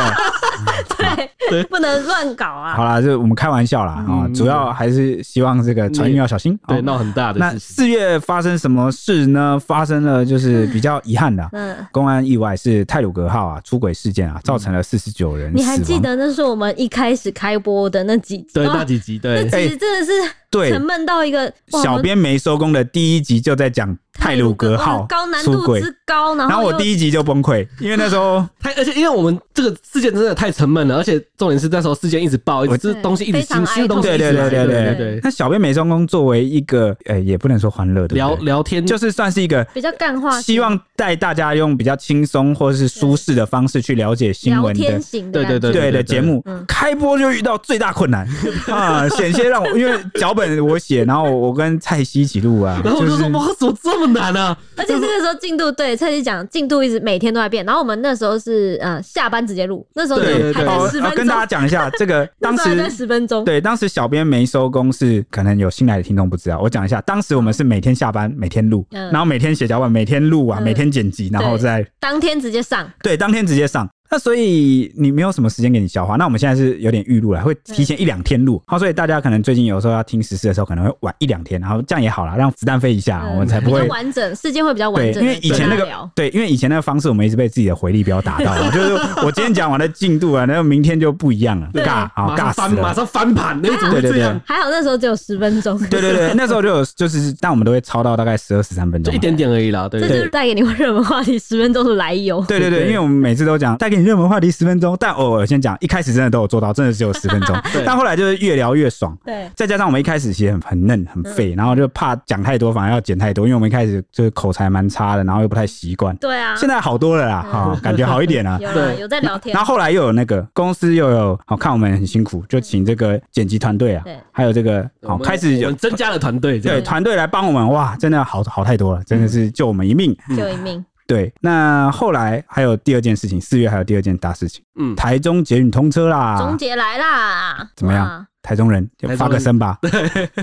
Speaker 1: 对，不能乱搞啊。
Speaker 3: 好啦，这我们开玩笑啦啊、
Speaker 2: 嗯
Speaker 3: 主要还是希望这个船运要小心。
Speaker 2: 对，
Speaker 3: 哦
Speaker 2: 闹很大的
Speaker 3: 那
Speaker 2: 事情。
Speaker 3: 四月发生什么事呢？发生了就是比较遗憾的。
Speaker 1: 嗯，
Speaker 3: 公安意外是泰鲁格号啊出轨事件啊，造成了四十九人死亡。
Speaker 1: 你还记？得那是我们一开始开播的那几集？
Speaker 2: 对，
Speaker 1: 哇
Speaker 2: 那几集
Speaker 1: 哦那
Speaker 2: 对，
Speaker 1: 其实真的是
Speaker 3: 哎对
Speaker 1: 沉闷到一个哇
Speaker 3: 小编没收工的第一集就在讲泰鲁格
Speaker 1: 哇
Speaker 3: 号
Speaker 1: 高难
Speaker 3: 出
Speaker 1: 度
Speaker 3: 轨，
Speaker 1: 之高，然
Speaker 3: 然后
Speaker 1: 后
Speaker 3: 我
Speaker 1: 又
Speaker 3: 第一集就崩溃，因为那时候
Speaker 2: 太而且因为我们这个事件真的太沉闷了，而且重点是那时候事件一直爆，一直
Speaker 3: 我
Speaker 2: 这东西一直
Speaker 1: 非常
Speaker 2: 新新的东西
Speaker 3: 对
Speaker 2: 一直
Speaker 3: 对
Speaker 2: 来，
Speaker 3: 对对
Speaker 2: 对
Speaker 3: 对
Speaker 2: 对，
Speaker 3: 那小编美中工作为一个，呃、也不能说欢乐的
Speaker 2: 聊聊天
Speaker 3: 就是算是一个
Speaker 1: 比较干化型，
Speaker 3: 希望带大家用比较轻松或是舒适的方式去了解新
Speaker 1: 聊
Speaker 3: 闻
Speaker 1: 天
Speaker 3: 的。
Speaker 1: 型的
Speaker 2: 对
Speaker 1: 感觉，
Speaker 2: 对对
Speaker 3: 对的
Speaker 2: 对
Speaker 3: 节目
Speaker 1: 嗯
Speaker 3: 开播就遇到最大
Speaker 1: *laughs*
Speaker 3: 困难啊，险些让我因为脚本我写，然后我跟蔡西一起录
Speaker 1: *laughs*
Speaker 3: 啊，
Speaker 2: 然后我
Speaker 3: 就
Speaker 2: 就是说哇，怎么这么难啊？
Speaker 1: 而且这个时候进度对，蔡姐讲进度一直每天都在变，然后我们那时候是呃下班直接录，那时候
Speaker 2: 对
Speaker 1: 就
Speaker 2: 对
Speaker 1: 还
Speaker 2: 对
Speaker 1: 在
Speaker 3: 哦
Speaker 1: 十
Speaker 3: 啊跟
Speaker 1: 分
Speaker 3: 大家
Speaker 1: 钟，
Speaker 3: 讲一下
Speaker 1: *laughs*
Speaker 3: 这个当
Speaker 1: 那时候还在
Speaker 3: 时。
Speaker 1: 十分钟，
Speaker 3: 对，当时小编没收工是可能有新来的听众不知道，我讲一下，当时我们是每天下班，每天录，
Speaker 1: 嗯
Speaker 3: 然后每天写脚本，每天录啊，
Speaker 1: 嗯
Speaker 3: 每天剪辑，然后
Speaker 1: 对
Speaker 3: 再
Speaker 1: 当天直接上，
Speaker 3: 对，当天直接上。那所以你没有什么时间给你消化。那我们现在是有点预录了，会提前一两天录。好，所以大家可能最近有时候要听时事的时候，可能会晚一两天，然后这样也好啦，让子弹飞一下，
Speaker 1: 嗯
Speaker 3: 我们才不
Speaker 1: 比较
Speaker 3: 会。
Speaker 1: 完整，事件会比较完
Speaker 3: 对，
Speaker 1: 整。
Speaker 3: 因为以前那
Speaker 1: 跟大家聊
Speaker 3: 个对，因为以前那个方式，我们一直被自己的回力镖打到，
Speaker 1: *laughs*
Speaker 3: 啊就是我今天讲完的进度啊，然后明天就不一样了，
Speaker 1: 对
Speaker 3: 尬啊，
Speaker 2: 马
Speaker 3: 尬
Speaker 2: 上
Speaker 3: 死
Speaker 2: 翻，马
Speaker 3: 了。
Speaker 2: 上翻盘，那怎么
Speaker 3: 对
Speaker 2: 会
Speaker 3: 对
Speaker 2: 这
Speaker 3: 对
Speaker 2: 样？
Speaker 1: 还好那时候只有十分钟，
Speaker 3: 对对对，那时候就有就是，但我们都会超到大概十二十三分
Speaker 2: 就
Speaker 3: 钟
Speaker 2: 一
Speaker 3: 嘛。
Speaker 2: 点点而已啦，
Speaker 1: *laughs*
Speaker 2: 对
Speaker 1: 这
Speaker 2: 不
Speaker 1: 就是
Speaker 2: 对？
Speaker 1: 带给你热门话题十分钟的来由。
Speaker 3: *laughs* 对对
Speaker 2: 对
Speaker 3: 对，因为我们每次都讲带给你热门话题十分钟，但偶尔先讲，一开始真的都有做到，真的只有十分
Speaker 1: *laughs*
Speaker 3: 钟
Speaker 2: 对，
Speaker 3: 但后来就是越聊越爽。
Speaker 1: 对，
Speaker 3: 再加上我们一开始其实很很嫩
Speaker 1: 嗯
Speaker 3: 很废，然后就怕讲太多，反而要剪太多，因为我们一开始就是口才蛮差的，然后又不太习惯。
Speaker 1: 对啊，
Speaker 3: 现在好多了啦，哈、感觉好一点了。
Speaker 1: *laughs* 有啦
Speaker 2: 对
Speaker 1: 有在聊天
Speaker 3: 然，后后来又有那个公司又有，好看我们很辛苦，就请这个剪辑团队啊
Speaker 1: 对，
Speaker 3: 还有这个好
Speaker 2: 我们
Speaker 3: 开始
Speaker 2: 我
Speaker 3: 有
Speaker 2: 们增加了团队，这
Speaker 3: 对
Speaker 2: 样
Speaker 3: 团队来帮我们，哇，真的好好太多了，真
Speaker 1: 嗯
Speaker 3: 的是救我们一命。
Speaker 1: 救一命。
Speaker 3: 对，那后来还有第二件事情，四月还有第二件大事情，
Speaker 2: 嗯
Speaker 3: 台中捷运通车啦
Speaker 1: 总，结来啦，
Speaker 3: 啊怎么样
Speaker 1: 哇？
Speaker 3: 台中人就发个
Speaker 2: *laughs*
Speaker 3: 声吧，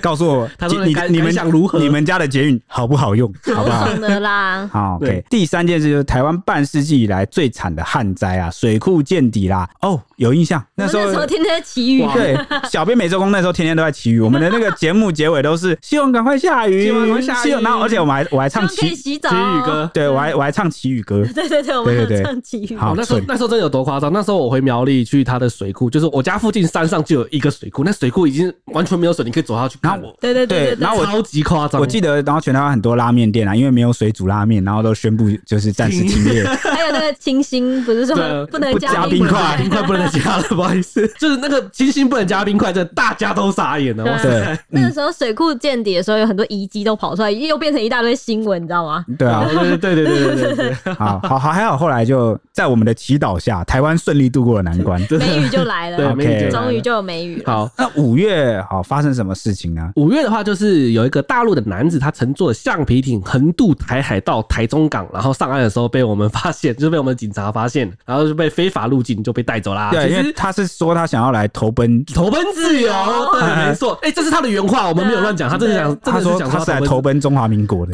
Speaker 3: 告诉我
Speaker 2: 台中人
Speaker 3: 你
Speaker 2: 感
Speaker 3: 你们
Speaker 2: 感想如何
Speaker 3: 你们家的捷运好不
Speaker 2: *laughs*
Speaker 3: 好用，好
Speaker 1: 好
Speaker 3: 不好？！
Speaker 1: 爽的啦
Speaker 3: 好，OK
Speaker 2: 对。
Speaker 3: 第三件事就是台湾半世纪以来最惨的旱灾啊，水库见底啦。哦，有印象，
Speaker 1: 我
Speaker 3: *laughs* 那
Speaker 1: 们
Speaker 3: 时候
Speaker 1: 那时候天天在祈雨，
Speaker 2: 哇
Speaker 3: 对，
Speaker 1: *laughs*
Speaker 3: 小编每周工那时候天天都在祈雨，我们的那个节目结尾都是希望赶快下雨，
Speaker 2: 希望赶快下雨
Speaker 3: 希望然后而且我们还我还
Speaker 1: 希
Speaker 3: 唱
Speaker 1: 望可以
Speaker 3: 祈，
Speaker 1: 洗澡。
Speaker 2: 金宇哥，
Speaker 3: 对我还我还唱祈雨歌，
Speaker 1: *laughs* 对对对，我
Speaker 3: 对
Speaker 1: 们
Speaker 3: 对对
Speaker 1: 有唱祈雨。
Speaker 3: 好
Speaker 2: 哦那时候
Speaker 3: 所以
Speaker 2: 那时候真的有多夸张？那时候我回苗栗去他的水库，就是我家附近山上就有一个水库，那水库已经完全没有水，你可以走下去看。
Speaker 3: 然后我
Speaker 1: 对对对
Speaker 3: 对然后我
Speaker 2: 超级夸张，
Speaker 3: 我记得，然后全台湾很多拉面店啊，因为没有水煮拉面，然后都宣布就是暂时停
Speaker 2: *laughs*
Speaker 3: 业。
Speaker 1: 还有那个清新，不是说
Speaker 2: 对
Speaker 1: *laughs* 不能
Speaker 3: 不加
Speaker 1: 加
Speaker 3: 冰块
Speaker 2: 冰块不能再加了，不好意思，就是那个清新不能加冰块，这大家都傻眼了。
Speaker 1: 对
Speaker 2: 哇
Speaker 1: 啊
Speaker 2: 塞，
Speaker 3: 哦对嗯
Speaker 1: 那个时候水库见底的时候，有很多遗迹都跑出来，又变成一大堆新闻，你知道吗？
Speaker 3: 对啊，
Speaker 2: 对对对对对对对，
Speaker 3: 好好好，还好后来就在我们的祈祷下，台湾顺利度过了难关。
Speaker 2: 真
Speaker 1: 梅
Speaker 2: 的
Speaker 1: 雨就来了
Speaker 2: 对，，
Speaker 3: 美女就来了
Speaker 1: 终于就有梅雨了。
Speaker 2: 好。
Speaker 3: 那五月好发生什么事情啊呢？
Speaker 2: 五月的话，就是有一个大陆的男子，他乘坐橡皮艇横渡台海到台中港，然后上岸的时候被我们发现，就被我们警察发现，然后就被非法入境就被带走啦。
Speaker 3: 对，
Speaker 2: 啊其
Speaker 3: 因
Speaker 2: 实
Speaker 3: 为他是说他想要来投奔，
Speaker 2: 投奔自由，对，没错，哎、这是他的原话，我们没有乱讲，他真的想，真
Speaker 3: 他
Speaker 2: 的
Speaker 3: 说
Speaker 2: 是想
Speaker 3: 他是来投
Speaker 2: 奔。
Speaker 3: 奔中华民国的。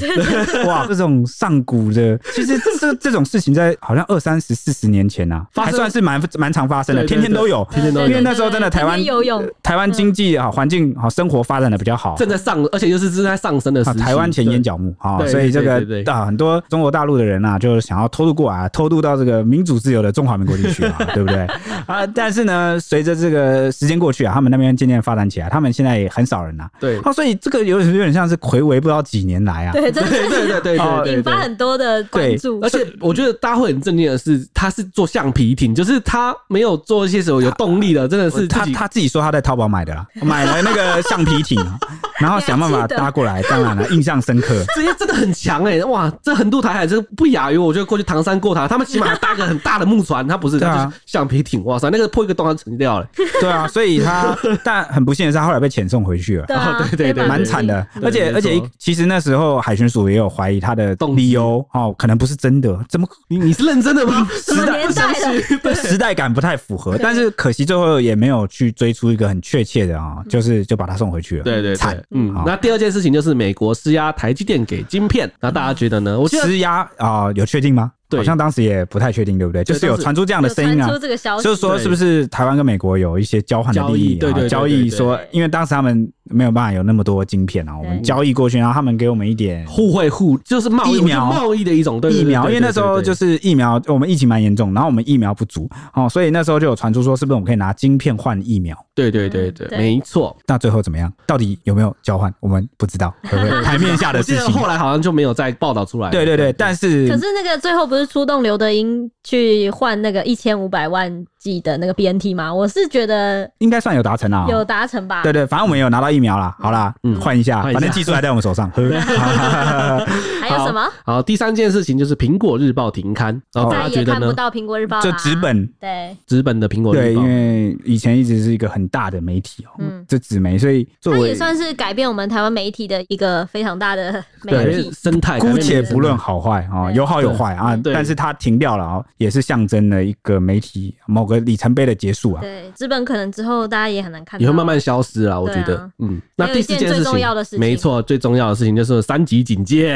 Speaker 3: 哇，这种上古的，其实这这种事情在好像二三十、四十年前啊，
Speaker 2: 发
Speaker 3: 还
Speaker 2: 生
Speaker 3: 算是蛮蛮常发生的，
Speaker 2: 对对
Speaker 3: 天天都有，
Speaker 2: 天天都有
Speaker 3: 因为那时候真的台湾
Speaker 1: 天天游泳，
Speaker 3: 台湾经济好环境好生活发展的比较好，
Speaker 2: 正在上，而且就是正在上升的时
Speaker 3: 啊，
Speaker 2: 期、
Speaker 3: 台湾前
Speaker 2: 对
Speaker 3: 眼角目啊，
Speaker 2: 对
Speaker 3: 所以这
Speaker 2: 对对对
Speaker 3: 个啊，很多中国大陆的人啊，就是想要偷渡过来，偷渡到这个民主自由的中华民国地区 *laughs* 啊，对不对？啊，但是呢，随着这个时间过去啊，他们那边渐渐发展起来，他们现在也很少人呐、
Speaker 2: 对
Speaker 3: 啊，所以这个有有点像是回违不知道几年来啊，
Speaker 1: 对，真的
Speaker 2: 对对对对
Speaker 3: 哦
Speaker 2: 对对
Speaker 1: 引发
Speaker 2: 对。
Speaker 1: 很多的关注。
Speaker 2: 而且我觉得大家会很震惊的是，他是做橡皮艇，就是他没有做一些什么有动力的，真的是
Speaker 3: 他
Speaker 2: 自己
Speaker 3: 他自己说他在淘宝买 *laughs* 的啦，买了那个橡皮艇 *laughs* 啊，然后想办法搭过来，当然了，印象深 *laughs* 刻。
Speaker 2: 这些真的很强哎、哇，这横渡台海这不亚于我觉得过去唐山过塔，他们起码还搭个很大的木船，他不是，
Speaker 3: 对啊
Speaker 2: 他就是橡皮艇，哇塞，那个破一个洞它就沉掉了、
Speaker 3: 对啊，所以他但很不幸的是，他后来被遣送回去了。
Speaker 1: 对啊
Speaker 2: 哦对对对
Speaker 1: 非法
Speaker 3: 蛮惨的，
Speaker 2: 对
Speaker 3: 而且
Speaker 2: 没错
Speaker 3: 而且一，其实那时候海巡署也有怀疑他的
Speaker 2: 动机
Speaker 3: 理由哦，可能不是真的，怎么
Speaker 2: 你你是认真的吗？
Speaker 1: 什么年代了？
Speaker 3: 对时代感不太符合？但是可惜最后也没有去追出一个很确切的啊，就是就把他送回去了。
Speaker 2: 嗯对对
Speaker 3: 惨
Speaker 2: 对，嗯
Speaker 3: 好。
Speaker 2: 那第二件事情就是美国施压台积电给晶片，那大家觉得呢？我觉得
Speaker 3: 施压啊，有确定吗？
Speaker 2: 对
Speaker 3: 好像当时也不太确定，对不对？就
Speaker 2: 对
Speaker 3: 是有
Speaker 2: 当时
Speaker 3: 传出这样的
Speaker 1: 有
Speaker 3: 声音
Speaker 1: 传
Speaker 3: 啊，
Speaker 1: 出这个消息，
Speaker 3: 就是说，
Speaker 2: 对
Speaker 3: 是不是台湾跟美国有一些交换的利益啊？
Speaker 2: 交易对对对
Speaker 3: 交易
Speaker 2: 对对
Speaker 3: 说，因为当时他们没有办法有那么多晶片啊，我们
Speaker 1: 对
Speaker 3: 交易过去，然后他们给我们一点
Speaker 2: 互惠互就是贸易
Speaker 3: 疫苗
Speaker 2: 我觉得贸易的一种对
Speaker 3: 疫苗，因为那时候就是是疫苗，我们疫情蛮严重，然后我们疫苗不足哦，所以那时候就有传出说，是不是我们可以拿晶片换疫苗？
Speaker 2: 对对对对，
Speaker 1: 嗯对
Speaker 2: 没错。
Speaker 3: 那最后怎么样？到底有没有交换？我们不知道，对
Speaker 2: *laughs*
Speaker 3: 不对？台面下的
Speaker 2: 我记
Speaker 3: 事
Speaker 2: 得
Speaker 3: 情。
Speaker 2: 后来好像就没有再报道出来了。
Speaker 3: 对对对，但是
Speaker 1: 可是那个最后不是出动刘德英去换那个一千五百万剂的那个 BNT 吗？我是觉得
Speaker 3: 应该算有达成啦。
Speaker 1: 有达成吧。
Speaker 3: 对对，反正我们也有拿到疫苗啦。好啦，换一下，
Speaker 2: 嗯换一
Speaker 3: 反
Speaker 2: 下
Speaker 3: 正技术还在我们手上。呵
Speaker 2: *laughs*
Speaker 1: 还有什么？
Speaker 2: 好，第三件事情就是《苹果日报》停刊，然后
Speaker 1: 再
Speaker 2: 大家
Speaker 1: 也
Speaker 2: 哦觉得
Speaker 1: 看不
Speaker 2: 呢？
Speaker 1: 到苹果日报啦
Speaker 3: 就纸。本。
Speaker 1: 对，
Speaker 2: 纸本的《苹果
Speaker 3: 对，
Speaker 2: 日报
Speaker 3: 因》为以前一直是一个很大的媒体哦、
Speaker 1: 嗯
Speaker 3: 这纸媒，所以作
Speaker 1: 它
Speaker 3: 为
Speaker 1: 也算是改变我们台湾媒体的一个非常大的媒
Speaker 2: *laughs* 对因
Speaker 1: 体
Speaker 2: 为。生
Speaker 1: 哎
Speaker 2: 态
Speaker 3: 姑且不论，好坏啊、
Speaker 1: 对
Speaker 3: 有好有坏啊，
Speaker 2: 对
Speaker 3: 但是它停掉了啊、也是象征了一个媒体某个里程碑的结束啊。
Speaker 1: 对，资本可能之后大家也很难看到。
Speaker 2: 也会慢慢消失啦。我
Speaker 1: 对
Speaker 2: 觉
Speaker 1: 啊
Speaker 2: 得，嗯，那
Speaker 1: 还有
Speaker 2: 第
Speaker 1: 一
Speaker 2: 四
Speaker 1: 件
Speaker 2: 件
Speaker 1: 最
Speaker 2: 事
Speaker 1: 重要的事
Speaker 2: 情，
Speaker 1: 情
Speaker 2: 没错，最重要的事情就是三级警戒。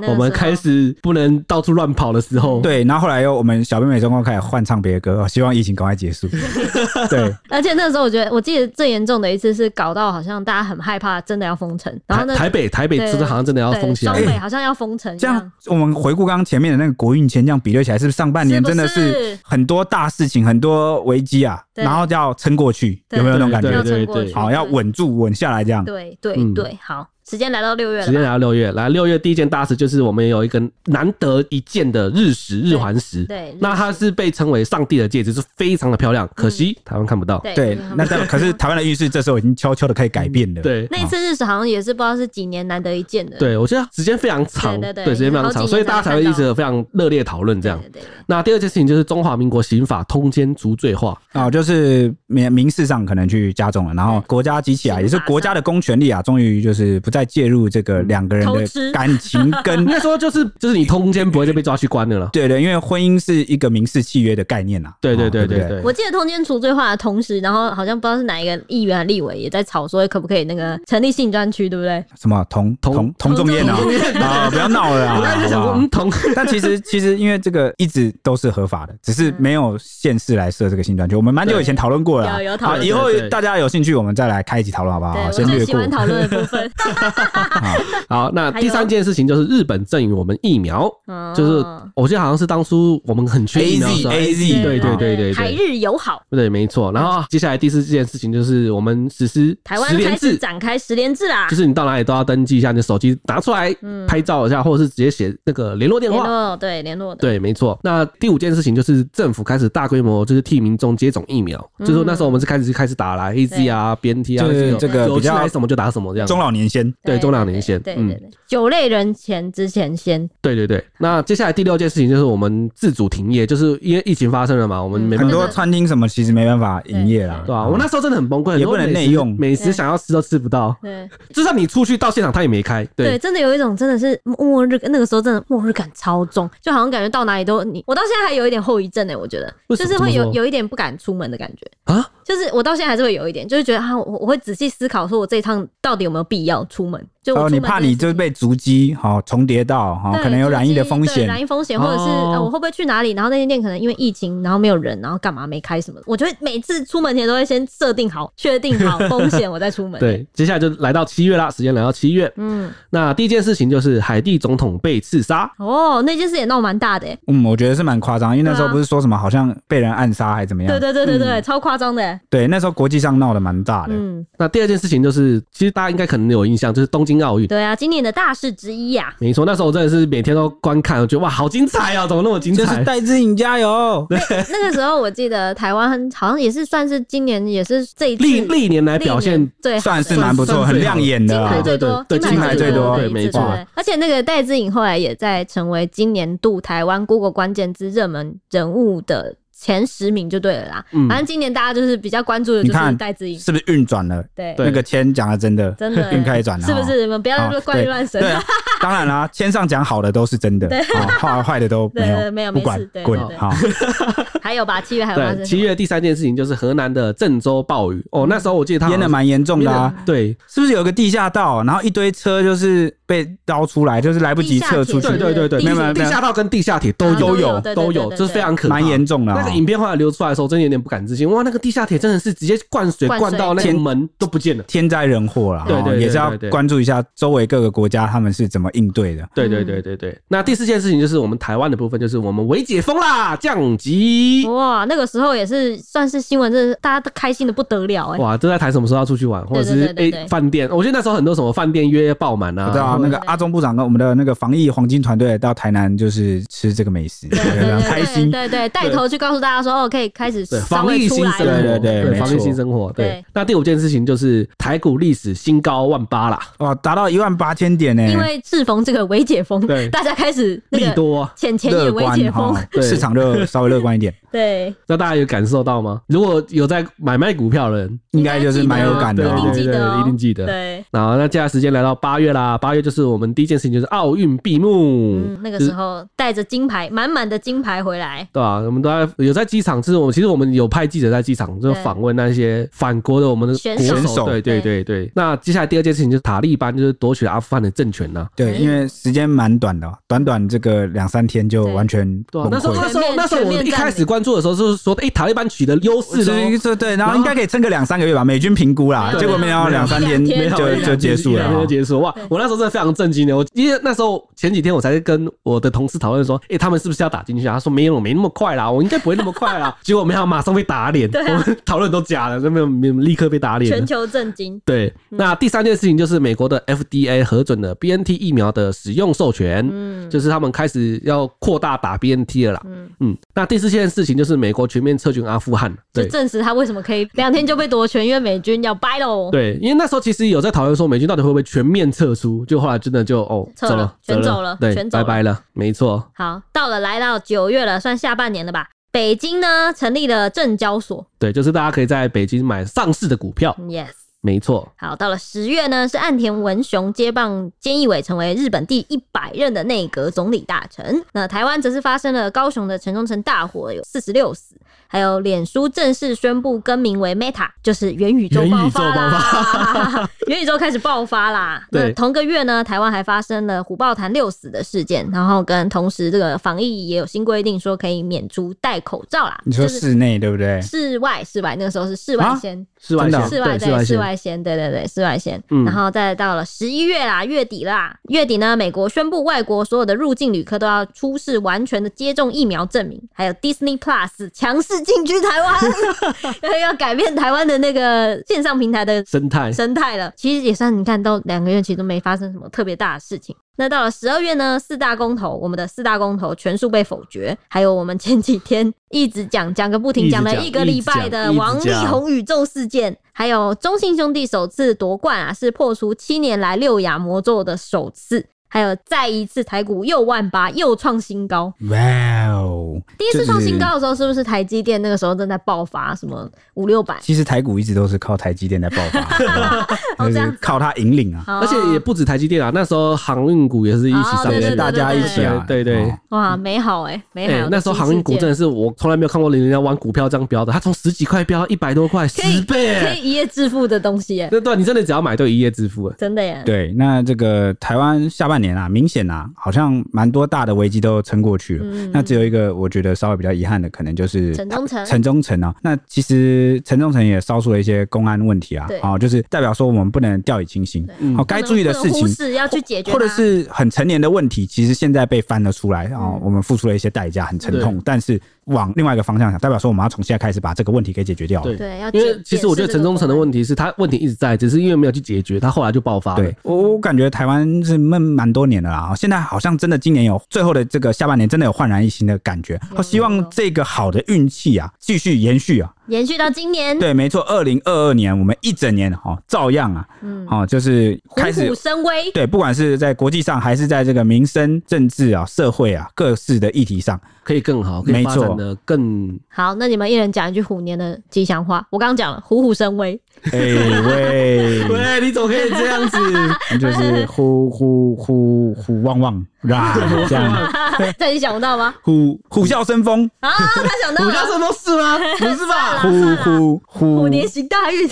Speaker 1: 那个
Speaker 2: 我们
Speaker 1: 时候
Speaker 2: 开始不能到处乱跑的时候，
Speaker 3: 对，然后后来又我们小妹妹中共开始换唱别的歌，哦希望疫情赶快
Speaker 1: *laughs*
Speaker 3: 结束。对，
Speaker 1: 而且那时候我觉得，我记得最严重的一次是搞到好像大家很害怕，真的要封城，然后
Speaker 2: 台
Speaker 1: 呢，
Speaker 2: 台北台北
Speaker 1: 对
Speaker 2: 真的好像真的要
Speaker 1: 对
Speaker 2: 封起来
Speaker 1: 双
Speaker 2: 了，
Speaker 1: 北好像要封城一
Speaker 3: 这
Speaker 1: 样
Speaker 3: 样。我们回顾刚刚前面的那个国运前这样比对起来，是不是上半年
Speaker 1: 是不
Speaker 3: 真的是
Speaker 1: 是
Speaker 3: 很多大事情、很多危机啊，
Speaker 1: 对
Speaker 3: 然后要撑过去，
Speaker 1: 对
Speaker 3: 有没有那种感
Speaker 2: 对
Speaker 1: 要
Speaker 3: 觉？
Speaker 1: 撑过
Speaker 2: 对
Speaker 1: 去
Speaker 2: 对
Speaker 3: 好，要稳住、稳下来这样。
Speaker 1: 对对
Speaker 2: 嗯
Speaker 1: 对，好，时间来到六月
Speaker 2: 时间
Speaker 1: 了吧，
Speaker 2: 哎来到六月，来六月第一件大事就是我们有一个难得一见的日食日环食，
Speaker 1: 对日嗯
Speaker 2: 那它是被称为上帝的戒指，是非常的漂亮，可惜台湾看不到。
Speaker 1: 对
Speaker 3: 对
Speaker 1: 因为他，
Speaker 3: 那
Speaker 1: 们
Speaker 3: 但可是台湾的运势这时候已经悄悄的可以改变了。
Speaker 2: 对
Speaker 1: *laughs* 那一次日食好像也是不知道是几年难得一见的，
Speaker 2: 对，我觉得时间非常长，
Speaker 1: 对对对
Speaker 2: 时间非常长，
Speaker 1: 好几年
Speaker 2: 所以大家才会一
Speaker 1: 才看
Speaker 2: 直非常热烈讨论这样
Speaker 1: 对。对对
Speaker 2: 那第二件事情就是中华民国刑法通奸除罪化，
Speaker 3: 啊，就是民民事上可能去加重了，然后国家机器啊，
Speaker 1: 刑
Speaker 3: 也是
Speaker 1: 法
Speaker 3: 国家的公权力啊，终于就是不再介入这个两个人
Speaker 1: 嗯偷
Speaker 3: 的
Speaker 1: 吃
Speaker 3: 感
Speaker 1: *laughs*
Speaker 3: 情跟。
Speaker 2: 应该说就是就是你通奸不会就被抓去关的了
Speaker 3: 对对，因为婚姻是一个民事契约的概念呐、啊。
Speaker 2: 对对
Speaker 3: 哦
Speaker 2: 对
Speaker 3: 不
Speaker 2: 对对，
Speaker 1: 我记得通奸除罪化的同时，然后好像不知道是哪一个议员、立委也在吵说可不可以那个成立性专区，对不对？
Speaker 3: 什么同
Speaker 2: 同
Speaker 3: 同同仲宴
Speaker 1: *laughs*
Speaker 3: 啊
Speaker 1: 同
Speaker 3: 啊！不要闹了啊！
Speaker 2: 我刚才就想
Speaker 3: 好
Speaker 2: 说，
Speaker 3: 不好
Speaker 2: 嗯，同 *laughs*
Speaker 3: 但其实其实因为这个一直都是合法的，
Speaker 1: 嗯
Speaker 3: 只是没有县市来设这个新专区。我们蛮久以前讨论过了啊，
Speaker 1: 有有讨论
Speaker 3: 啊以后
Speaker 2: 对对
Speaker 3: 大家有兴趣，我们再来开一集讨论好不好？
Speaker 1: 对
Speaker 3: 好
Speaker 1: 我
Speaker 3: 先
Speaker 1: 最
Speaker 3: 略
Speaker 1: 喜
Speaker 3: 过。
Speaker 1: 欢讨论的部分，
Speaker 2: 好。那
Speaker 1: 还有
Speaker 2: 第三件事情就是日本赠予我们疫苗，
Speaker 1: 嗯
Speaker 2: *laughs* 就是我记得好像是当初我们很缺疫
Speaker 3: A
Speaker 2: 苗的时
Speaker 3: Z
Speaker 2: 候
Speaker 3: A
Speaker 2: 对
Speaker 3: Z，
Speaker 2: 对对对对
Speaker 1: 台日友好。
Speaker 2: 对，没错。然后接下来第四件事情就是我们实施
Speaker 1: 哦台湾
Speaker 2: 十
Speaker 1: 开
Speaker 2: 连
Speaker 1: 始
Speaker 2: 制，
Speaker 1: 展开十连制啦
Speaker 2: 就，是你到哪里都要登记一下，你的手机拿出来拍照一下，或者是直接写那个联络电
Speaker 1: 嗯联
Speaker 2: 话。
Speaker 1: 络对联络的，
Speaker 2: 对，没错。那第五件事情就是政府开始大规模就是替民众接种疫苗，
Speaker 1: 嗯
Speaker 2: 就是说那时候我们是开始开始打来 A Z 啊、B N T 啊，
Speaker 3: 就是这个
Speaker 2: 有
Speaker 3: 比
Speaker 2: 进
Speaker 3: 较
Speaker 2: 来什么就打什么这样。
Speaker 3: 啊中老年先
Speaker 2: 对中老年先
Speaker 1: 对
Speaker 2: 嗯
Speaker 1: 对对，酒类人前之前先，
Speaker 2: 对对对。那接下来第六件事情就是我们自主停业，就是因为疫情发生了嘛，我们没办
Speaker 3: 很
Speaker 2: 法。
Speaker 3: 多餐厅什么其实没办法营业啦。哦
Speaker 2: 对啊，我那时候真的很崩溃，
Speaker 3: 也不能
Speaker 2: 很多美食
Speaker 3: 内用
Speaker 2: 美食
Speaker 1: 对
Speaker 2: 想要吃都吃不到，
Speaker 1: 对
Speaker 2: 就算你出去到现场，他也没开。
Speaker 1: 对，真的有一种真的是末日，那个时候真的末日感超重，就好像感觉到哪里都你，我到现在还有一点后遗症呢，欸我觉得
Speaker 2: 为什
Speaker 1: 就
Speaker 2: 么
Speaker 1: 是会
Speaker 2: 怎
Speaker 1: 有
Speaker 2: 么说
Speaker 1: 有一点不敢出门的感觉。
Speaker 2: 啊，
Speaker 1: 就是我到现在还是会有一点，就是觉得啊，我我会仔细思考，说我这一趟到底有没有必要出门？就我
Speaker 3: 哦，
Speaker 1: 出
Speaker 3: 你
Speaker 1: 门
Speaker 3: 怕
Speaker 1: 这件
Speaker 3: 你
Speaker 1: 事
Speaker 3: 就
Speaker 1: 情
Speaker 3: 被足迹好重叠到哈，
Speaker 1: 对
Speaker 3: 可能有染疫的
Speaker 1: 就是
Speaker 3: 风
Speaker 1: 对染
Speaker 3: 险。
Speaker 1: 疫风险，或者是、
Speaker 2: 哦
Speaker 1: 呃、我会不会去哪里？然后那间店可能因为疫情，然后没有人，然后干嘛没开什么的？我就会每次出门前都会先设定
Speaker 3: *laughs*
Speaker 1: 好、确定好风险，我再出门。，
Speaker 2: 对，接下来就来到七月啦，时间来到七月。
Speaker 1: 嗯，
Speaker 2: 那第一件事情就是海地总统被刺杀，
Speaker 1: 哦，那件事也闹蛮大的、欸，
Speaker 3: 嗯，我觉得是蛮夸张，因为那时候
Speaker 1: 对啊
Speaker 3: 不是说什么好像被人暗杀还怎么样？嗯
Speaker 1: 对对对对对，超夸张的、欸，
Speaker 3: 对，那时候国际上闹得蛮大的。
Speaker 1: 嗯，
Speaker 2: 那第二件事情就是，其实大家应该可能有印象，就是东京奥运。
Speaker 1: 对啊，今年的大事之一啊呀、
Speaker 2: 没错，那时候我真的是每天都观看，我觉得哇，好精彩哦、怎么那么精彩？
Speaker 3: 戴志颖加油！
Speaker 1: 那个时候我记得台湾好像也是算是今年也是这一次
Speaker 2: 历历年来表现
Speaker 1: 历年最好
Speaker 3: *laughs* 算是
Speaker 1: 的
Speaker 3: 蛮不错，
Speaker 2: 算是
Speaker 3: 很亮眼的啊
Speaker 1: 金牌。
Speaker 2: 对
Speaker 1: 最多，
Speaker 2: 对
Speaker 1: 金
Speaker 2: 金
Speaker 3: 牌
Speaker 1: 牌
Speaker 3: 最多
Speaker 1: 多的一
Speaker 2: 对
Speaker 1: 次，
Speaker 2: 没错
Speaker 1: 对而且那个戴资颖后来也在成为今年度台湾 Google 关键字热门人物的前十名就对了啦。
Speaker 2: 嗯
Speaker 1: 反正今年大家就是比较关注的
Speaker 3: 你
Speaker 1: 就
Speaker 3: 看
Speaker 1: 是戴资颖，
Speaker 3: 是不是运转了？
Speaker 1: 对
Speaker 2: 对
Speaker 3: 那个签讲的真的，
Speaker 1: 真
Speaker 3: *laughs*
Speaker 1: 的
Speaker 3: 运开转了，
Speaker 1: 是不是？你们不
Speaker 3: 哦？
Speaker 1: 要
Speaker 3: 好
Speaker 1: 怪力乱神
Speaker 3: 对，。对啊当然
Speaker 1: *laughs*
Speaker 3: 啦，签上讲好的都是真的，啊，坏坏的都没
Speaker 1: 对
Speaker 3: 有，
Speaker 1: 对没有
Speaker 3: 不管
Speaker 1: 没事对
Speaker 3: 滚哦
Speaker 1: 对对
Speaker 3: 好。
Speaker 1: 还有吧，七月还有发
Speaker 2: 对，
Speaker 1: 生
Speaker 2: 七
Speaker 1: 什么
Speaker 2: 月第三件事情就是河南的郑州暴雨
Speaker 1: 嗯
Speaker 2: 哦，那时候我记得他
Speaker 3: 淹的蛮严重的啊，
Speaker 2: 对
Speaker 3: 是不是有个地下道，然后一堆车就是被捞出来，就是来不及撤
Speaker 1: 地
Speaker 3: 出
Speaker 1: 下铁，
Speaker 2: 对
Speaker 3: 去
Speaker 2: 对对对，
Speaker 1: 没
Speaker 3: 有没有
Speaker 2: 地下道跟地下铁都
Speaker 1: 啊
Speaker 2: 有
Speaker 1: 都对
Speaker 3: 有
Speaker 1: 对
Speaker 2: 都
Speaker 1: 对
Speaker 2: 有，
Speaker 1: 对
Speaker 2: 这是
Speaker 1: 对
Speaker 2: 非常可怕
Speaker 3: 蛮严重的啊。
Speaker 2: 那个影片后来流出来的时候，真的有点不敢置信。哇，那个地下铁真的是直接灌水
Speaker 1: 灌水嗯
Speaker 2: 灌到那个
Speaker 3: 天
Speaker 2: 门都不见了。
Speaker 3: 天灾人祸啦，
Speaker 2: 对对
Speaker 3: 哦
Speaker 2: 对对
Speaker 3: 也是要
Speaker 2: 对对
Speaker 3: 关注一下周围各个国家他们是怎么应对的。
Speaker 2: 对对对对对。那第四件事情就是我们台湾的部分，就是我们微解封啦，降级。
Speaker 1: 哇，那个时候也是算是新闻，真的是大家都开心的不得了哎。
Speaker 2: 哇，都在谈什么时候要出去玩，或者
Speaker 1: 对
Speaker 2: 是
Speaker 1: 对对对
Speaker 2: 诶
Speaker 1: 对
Speaker 2: 饭店。我觉得那时候很多什么饭店约爆满
Speaker 3: 我
Speaker 2: 啊，
Speaker 3: 知道那个阿中部长跟我们的那个防疫黄金团队到台南，就是吃这个美食，
Speaker 1: 对对
Speaker 3: 非常
Speaker 1: 对
Speaker 3: 开
Speaker 1: 对
Speaker 3: 心。
Speaker 1: 对对，带头去告诉大家说哦，可以开始
Speaker 2: 对
Speaker 1: 稍
Speaker 2: 防
Speaker 1: 微
Speaker 2: 疫
Speaker 1: 出
Speaker 2: 新
Speaker 1: 来
Speaker 2: 生活，
Speaker 1: 了。哦
Speaker 3: 对对对没
Speaker 2: 防疫
Speaker 3: 错
Speaker 2: 新生活。对
Speaker 1: 对，
Speaker 2: 那第五件事情就是台股历史新高万八啦，
Speaker 3: 哇，达到一万八千点呢，
Speaker 1: 因为适逢这个微解封 *laughs*
Speaker 2: 对，
Speaker 1: 大家开始那
Speaker 2: 利
Speaker 1: 个
Speaker 2: 多。
Speaker 1: 浅浅也
Speaker 3: 乐
Speaker 1: 微
Speaker 3: 观哦
Speaker 1: 解
Speaker 3: 哈
Speaker 1: 封，，
Speaker 2: 对
Speaker 3: 市场就稍微乐观一点，
Speaker 1: *laughs* 对，
Speaker 2: 那大家有感受到吗？如果有在买卖股票的人，
Speaker 3: 应该就是蛮有感的
Speaker 1: 一定
Speaker 3: 哦。
Speaker 1: 记得哦
Speaker 2: 对对对一定记得
Speaker 1: 对，
Speaker 2: 然后那接下来时间来到八月啦，八月就是我们第一件事情就是奥运闭幕，
Speaker 1: 嗯，那个
Speaker 2: 就是
Speaker 1: 时候带着金牌，满满的金牌回来，
Speaker 2: 对吧、我们都在有有在机场，就是我们其实我们有派记者在机场，就
Speaker 1: 对
Speaker 2: 访问那些反国的我们的
Speaker 1: 选
Speaker 2: 国
Speaker 1: 手
Speaker 3: 选手
Speaker 2: 对对对对。那接下来第二件事情就是塔利班就是夺取了阿富汗的政权呐、
Speaker 3: 对，因为时间蛮短的哦，短短这个两三天就
Speaker 1: 对
Speaker 3: 完全
Speaker 2: 对
Speaker 3: 崩
Speaker 2: 啊，那时候
Speaker 3: 溃
Speaker 2: 那
Speaker 3: 了。
Speaker 2: 时候
Speaker 1: 全面
Speaker 2: 那时候我
Speaker 1: 全
Speaker 2: 们
Speaker 1: 面
Speaker 2: 一开
Speaker 1: 占
Speaker 2: 始
Speaker 1: 领
Speaker 2: 关注的时候就是说，哎、塔利班取得优势
Speaker 3: 对
Speaker 2: 喽。
Speaker 3: 对对，然
Speaker 2: 然
Speaker 3: 后
Speaker 2: 后
Speaker 3: 应该可以撑个两三个月吧，美军评估啦，
Speaker 1: 对
Speaker 3: 结果没想到
Speaker 2: 没有
Speaker 3: 两三天
Speaker 1: 两天
Speaker 3: *laughs*
Speaker 2: *laughs*
Speaker 3: 就就结束了
Speaker 2: 一两天
Speaker 3: 哦
Speaker 2: 就。结束。哇
Speaker 1: 对！
Speaker 2: 我那时候真的非常震惊的，我因为那时候前几天我才跟我的同事讨论说，哎、他们是不是要打进去啊？他说没有，没那么快啦，我应该不会那么快
Speaker 1: *laughs*
Speaker 2: 啦。结果没想到马上被打脸，
Speaker 1: 对啊
Speaker 2: 我们讨论都假的，没有没有立刻被打脸了。
Speaker 1: 全嗯球震惊。
Speaker 2: 对，那第三件事情就是美国的 FDA 核准了 BNT 疫苗的使用授权，
Speaker 1: 嗯
Speaker 2: 就是他们开始要扩大打 BNT 了啦。
Speaker 1: 嗯，
Speaker 2: 嗯，那第四件事情就是美国全面撤军阿富汗。
Speaker 1: 就
Speaker 2: 对
Speaker 1: 证实他为什么可以两天就被夺权，因为美军要掰喽。
Speaker 2: 对，因为那时候其实有在讨论说美军到底会不会全面撤出，就后来真的就哦
Speaker 1: 撤
Speaker 2: 走
Speaker 1: 了
Speaker 2: 了，
Speaker 1: 全
Speaker 2: 走
Speaker 1: 走了
Speaker 2: 对，
Speaker 1: 全走
Speaker 2: 拜
Speaker 1: 了
Speaker 2: 拜了，没错。
Speaker 1: 好，到了来到九月了，算下半年了吧。北京呢成立了证交所嗯
Speaker 2: 对，就是大家可以在北京买上市的股票，
Speaker 1: ，yes。
Speaker 2: 没错。
Speaker 1: 好，到了十月呢，是岸田文雄接棒菅义伟，成为日本第一百任的内阁总理大臣。那台湾则是发生了高雄的城中城大火，有四十六死，还有脸书正式宣布更名为 Meta，就是元宇宙爆发啦， *laughs* 元宇宙开始爆发啦。
Speaker 2: 对
Speaker 1: 那同个月呢，台湾还发生了虎豹潭六死的事件，然后跟同时这个防疫也有新规定，说可以免除戴口罩啦。
Speaker 3: 你说
Speaker 1: 就是
Speaker 3: 室内对不对？
Speaker 1: 室外，室外那个时候是室外
Speaker 3: 啊
Speaker 1: 先。
Speaker 2: 室外
Speaker 3: 真的
Speaker 2: 线，
Speaker 3: 啊
Speaker 1: 室
Speaker 2: 对
Speaker 1: 外
Speaker 2: 室
Speaker 1: 对室
Speaker 2: 线，
Speaker 1: 外先，对对对，室外先。
Speaker 2: 嗯
Speaker 1: 然后再到了十一月啦，月底啦，月底呢，美国宣布外国所有的入境旅客都要出示完全的接种疫苗证明，还有 Disney Plus 强势进军台湾， *laughs* 要改变台湾的那个线上平台的
Speaker 2: 生态
Speaker 1: 生态了。其实也算，你看到两个月，其实都没发生什么特别大的事情。那到了十二月呢，四大公投，我们的四大公投全数被否决，还有我们前几天一直讲讲个不
Speaker 2: 一
Speaker 1: 停，
Speaker 2: 直
Speaker 1: 讲了
Speaker 2: 讲
Speaker 1: 一个礼拜
Speaker 2: 一
Speaker 1: 的
Speaker 2: 直讲
Speaker 1: 王力宏宇宙事件，还有中信兄弟首次夺冠啊，是破除七年来六亚魔咒的首次。还有再一次台股又万八又创新高，
Speaker 3: 哇哦！
Speaker 1: 第一次
Speaker 3: 就是
Speaker 1: 创新高的时候，是不是台积电那个时候正在爆发什么五六百？
Speaker 3: 其实台股一直都是靠台积电在爆发，
Speaker 1: *laughs* 哦
Speaker 3: 就
Speaker 1: 这样
Speaker 3: 是
Speaker 1: 子
Speaker 3: 靠它引领啊，
Speaker 2: 而且也
Speaker 1: 哦不
Speaker 2: 不止台积电啊，那时候航运股也是一起
Speaker 1: 哦
Speaker 2: 上
Speaker 1: 对
Speaker 2: 市
Speaker 1: 对
Speaker 2: 的。
Speaker 3: 是大家一起啊，
Speaker 2: 对对对
Speaker 3: 哦
Speaker 1: 哇，美好哎、美
Speaker 2: 哎、
Speaker 1: 好的新世界、
Speaker 2: 那时候航运股真的是我从来没有看过人家玩股票这样标的，它从十几块飙到一百多块，
Speaker 1: 可以
Speaker 2: 十倍、
Speaker 1: 可
Speaker 2: 欸。
Speaker 1: 以一夜致富的东西耶，
Speaker 2: 那段你真的只要买对一夜致富了。
Speaker 1: 真的耶。
Speaker 3: 对，那这个台湾下半年啊，明显啊，好像蛮多大的危机都撑过去了。
Speaker 1: 嗯
Speaker 3: 那只有一个我觉得稍微比较遗憾的，可能就是
Speaker 1: 城中城
Speaker 3: 城中城啊。那其实城中城也烧出了一些公安问题啊
Speaker 1: 对，
Speaker 3: 哦，就是代表说我们不能掉以轻心，
Speaker 2: 嗯
Speaker 3: 哦，该注意的事
Speaker 1: 不能忽
Speaker 3: 情。
Speaker 1: 视要去解决它，
Speaker 3: 或者是很成年的问题，其实现在被翻了出来啊、
Speaker 1: 嗯
Speaker 3: 哦我们付出了一些代价，很沉痛。但是往另外一个方向想，代表说我们要从现在开始把这个问题给解决掉。
Speaker 2: 对
Speaker 1: 对要解。
Speaker 2: 因为其实我觉得城中城的问
Speaker 1: 题，
Speaker 2: 题是它问题一直在，只是因为没有去解决，它后来就爆发了。
Speaker 3: 对我，我感觉台湾是闷蛮多年的啦，现在好像真的今年有最后的这个下半年，真的有焕然一新的感觉。
Speaker 1: 有
Speaker 3: 我希
Speaker 1: 有
Speaker 3: 望
Speaker 1: 有
Speaker 3: 这个好的运气啊，继续延续啊。
Speaker 1: 延续到今年，
Speaker 3: 对，没错，二零二二年我们一整年哦，照样啊，
Speaker 1: 嗯，
Speaker 3: 哦，就是开
Speaker 1: 虎
Speaker 3: 始
Speaker 1: 虎生威，
Speaker 3: 对，不管是在国际上还是在这个民生、政治啊、社会啊各式的议题
Speaker 1: *laughs*
Speaker 3: 上，
Speaker 2: 可以更好，可以
Speaker 3: 没
Speaker 2: 发
Speaker 3: 错
Speaker 2: 展的更
Speaker 1: 好，那你们一人讲一句虎年的吉祥话。我刚刚讲了，虎虎生
Speaker 2: *laughs*
Speaker 1: 威，
Speaker 3: 哎、喂，
Speaker 2: 喂，你怎么可以这样 *laughs* 子？
Speaker 3: 就是呼呼呼呼汪汪啦，这样
Speaker 1: 这你想不到吗？
Speaker 3: 呼虎啸生
Speaker 1: *laughs*
Speaker 3: 风，
Speaker 1: 啊，他想到
Speaker 2: 股票
Speaker 1: 了，
Speaker 2: 这都是吗？不是吧？
Speaker 3: 呼呼呼，
Speaker 1: 虎年行大运，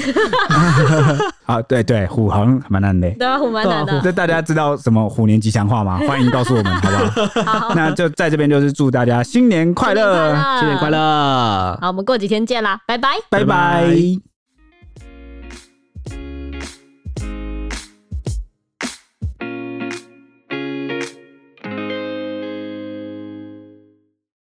Speaker 1: *laughs*
Speaker 3: 啊，对对，虎好像蛮难的。
Speaker 1: 对吧？虎蛮难
Speaker 2: 对啊
Speaker 1: 的，
Speaker 3: 这大家知道什么虎年吉祥话 *laughs* 吗？欢迎告诉我们，好不
Speaker 2: *laughs*
Speaker 3: 好？那就在这边就是祝大家新年快乐，
Speaker 2: 新年快乐！
Speaker 1: 好，我们过几天见啦，拜拜。
Speaker 3: 拜
Speaker 2: 拜
Speaker 3: 拜
Speaker 2: 拜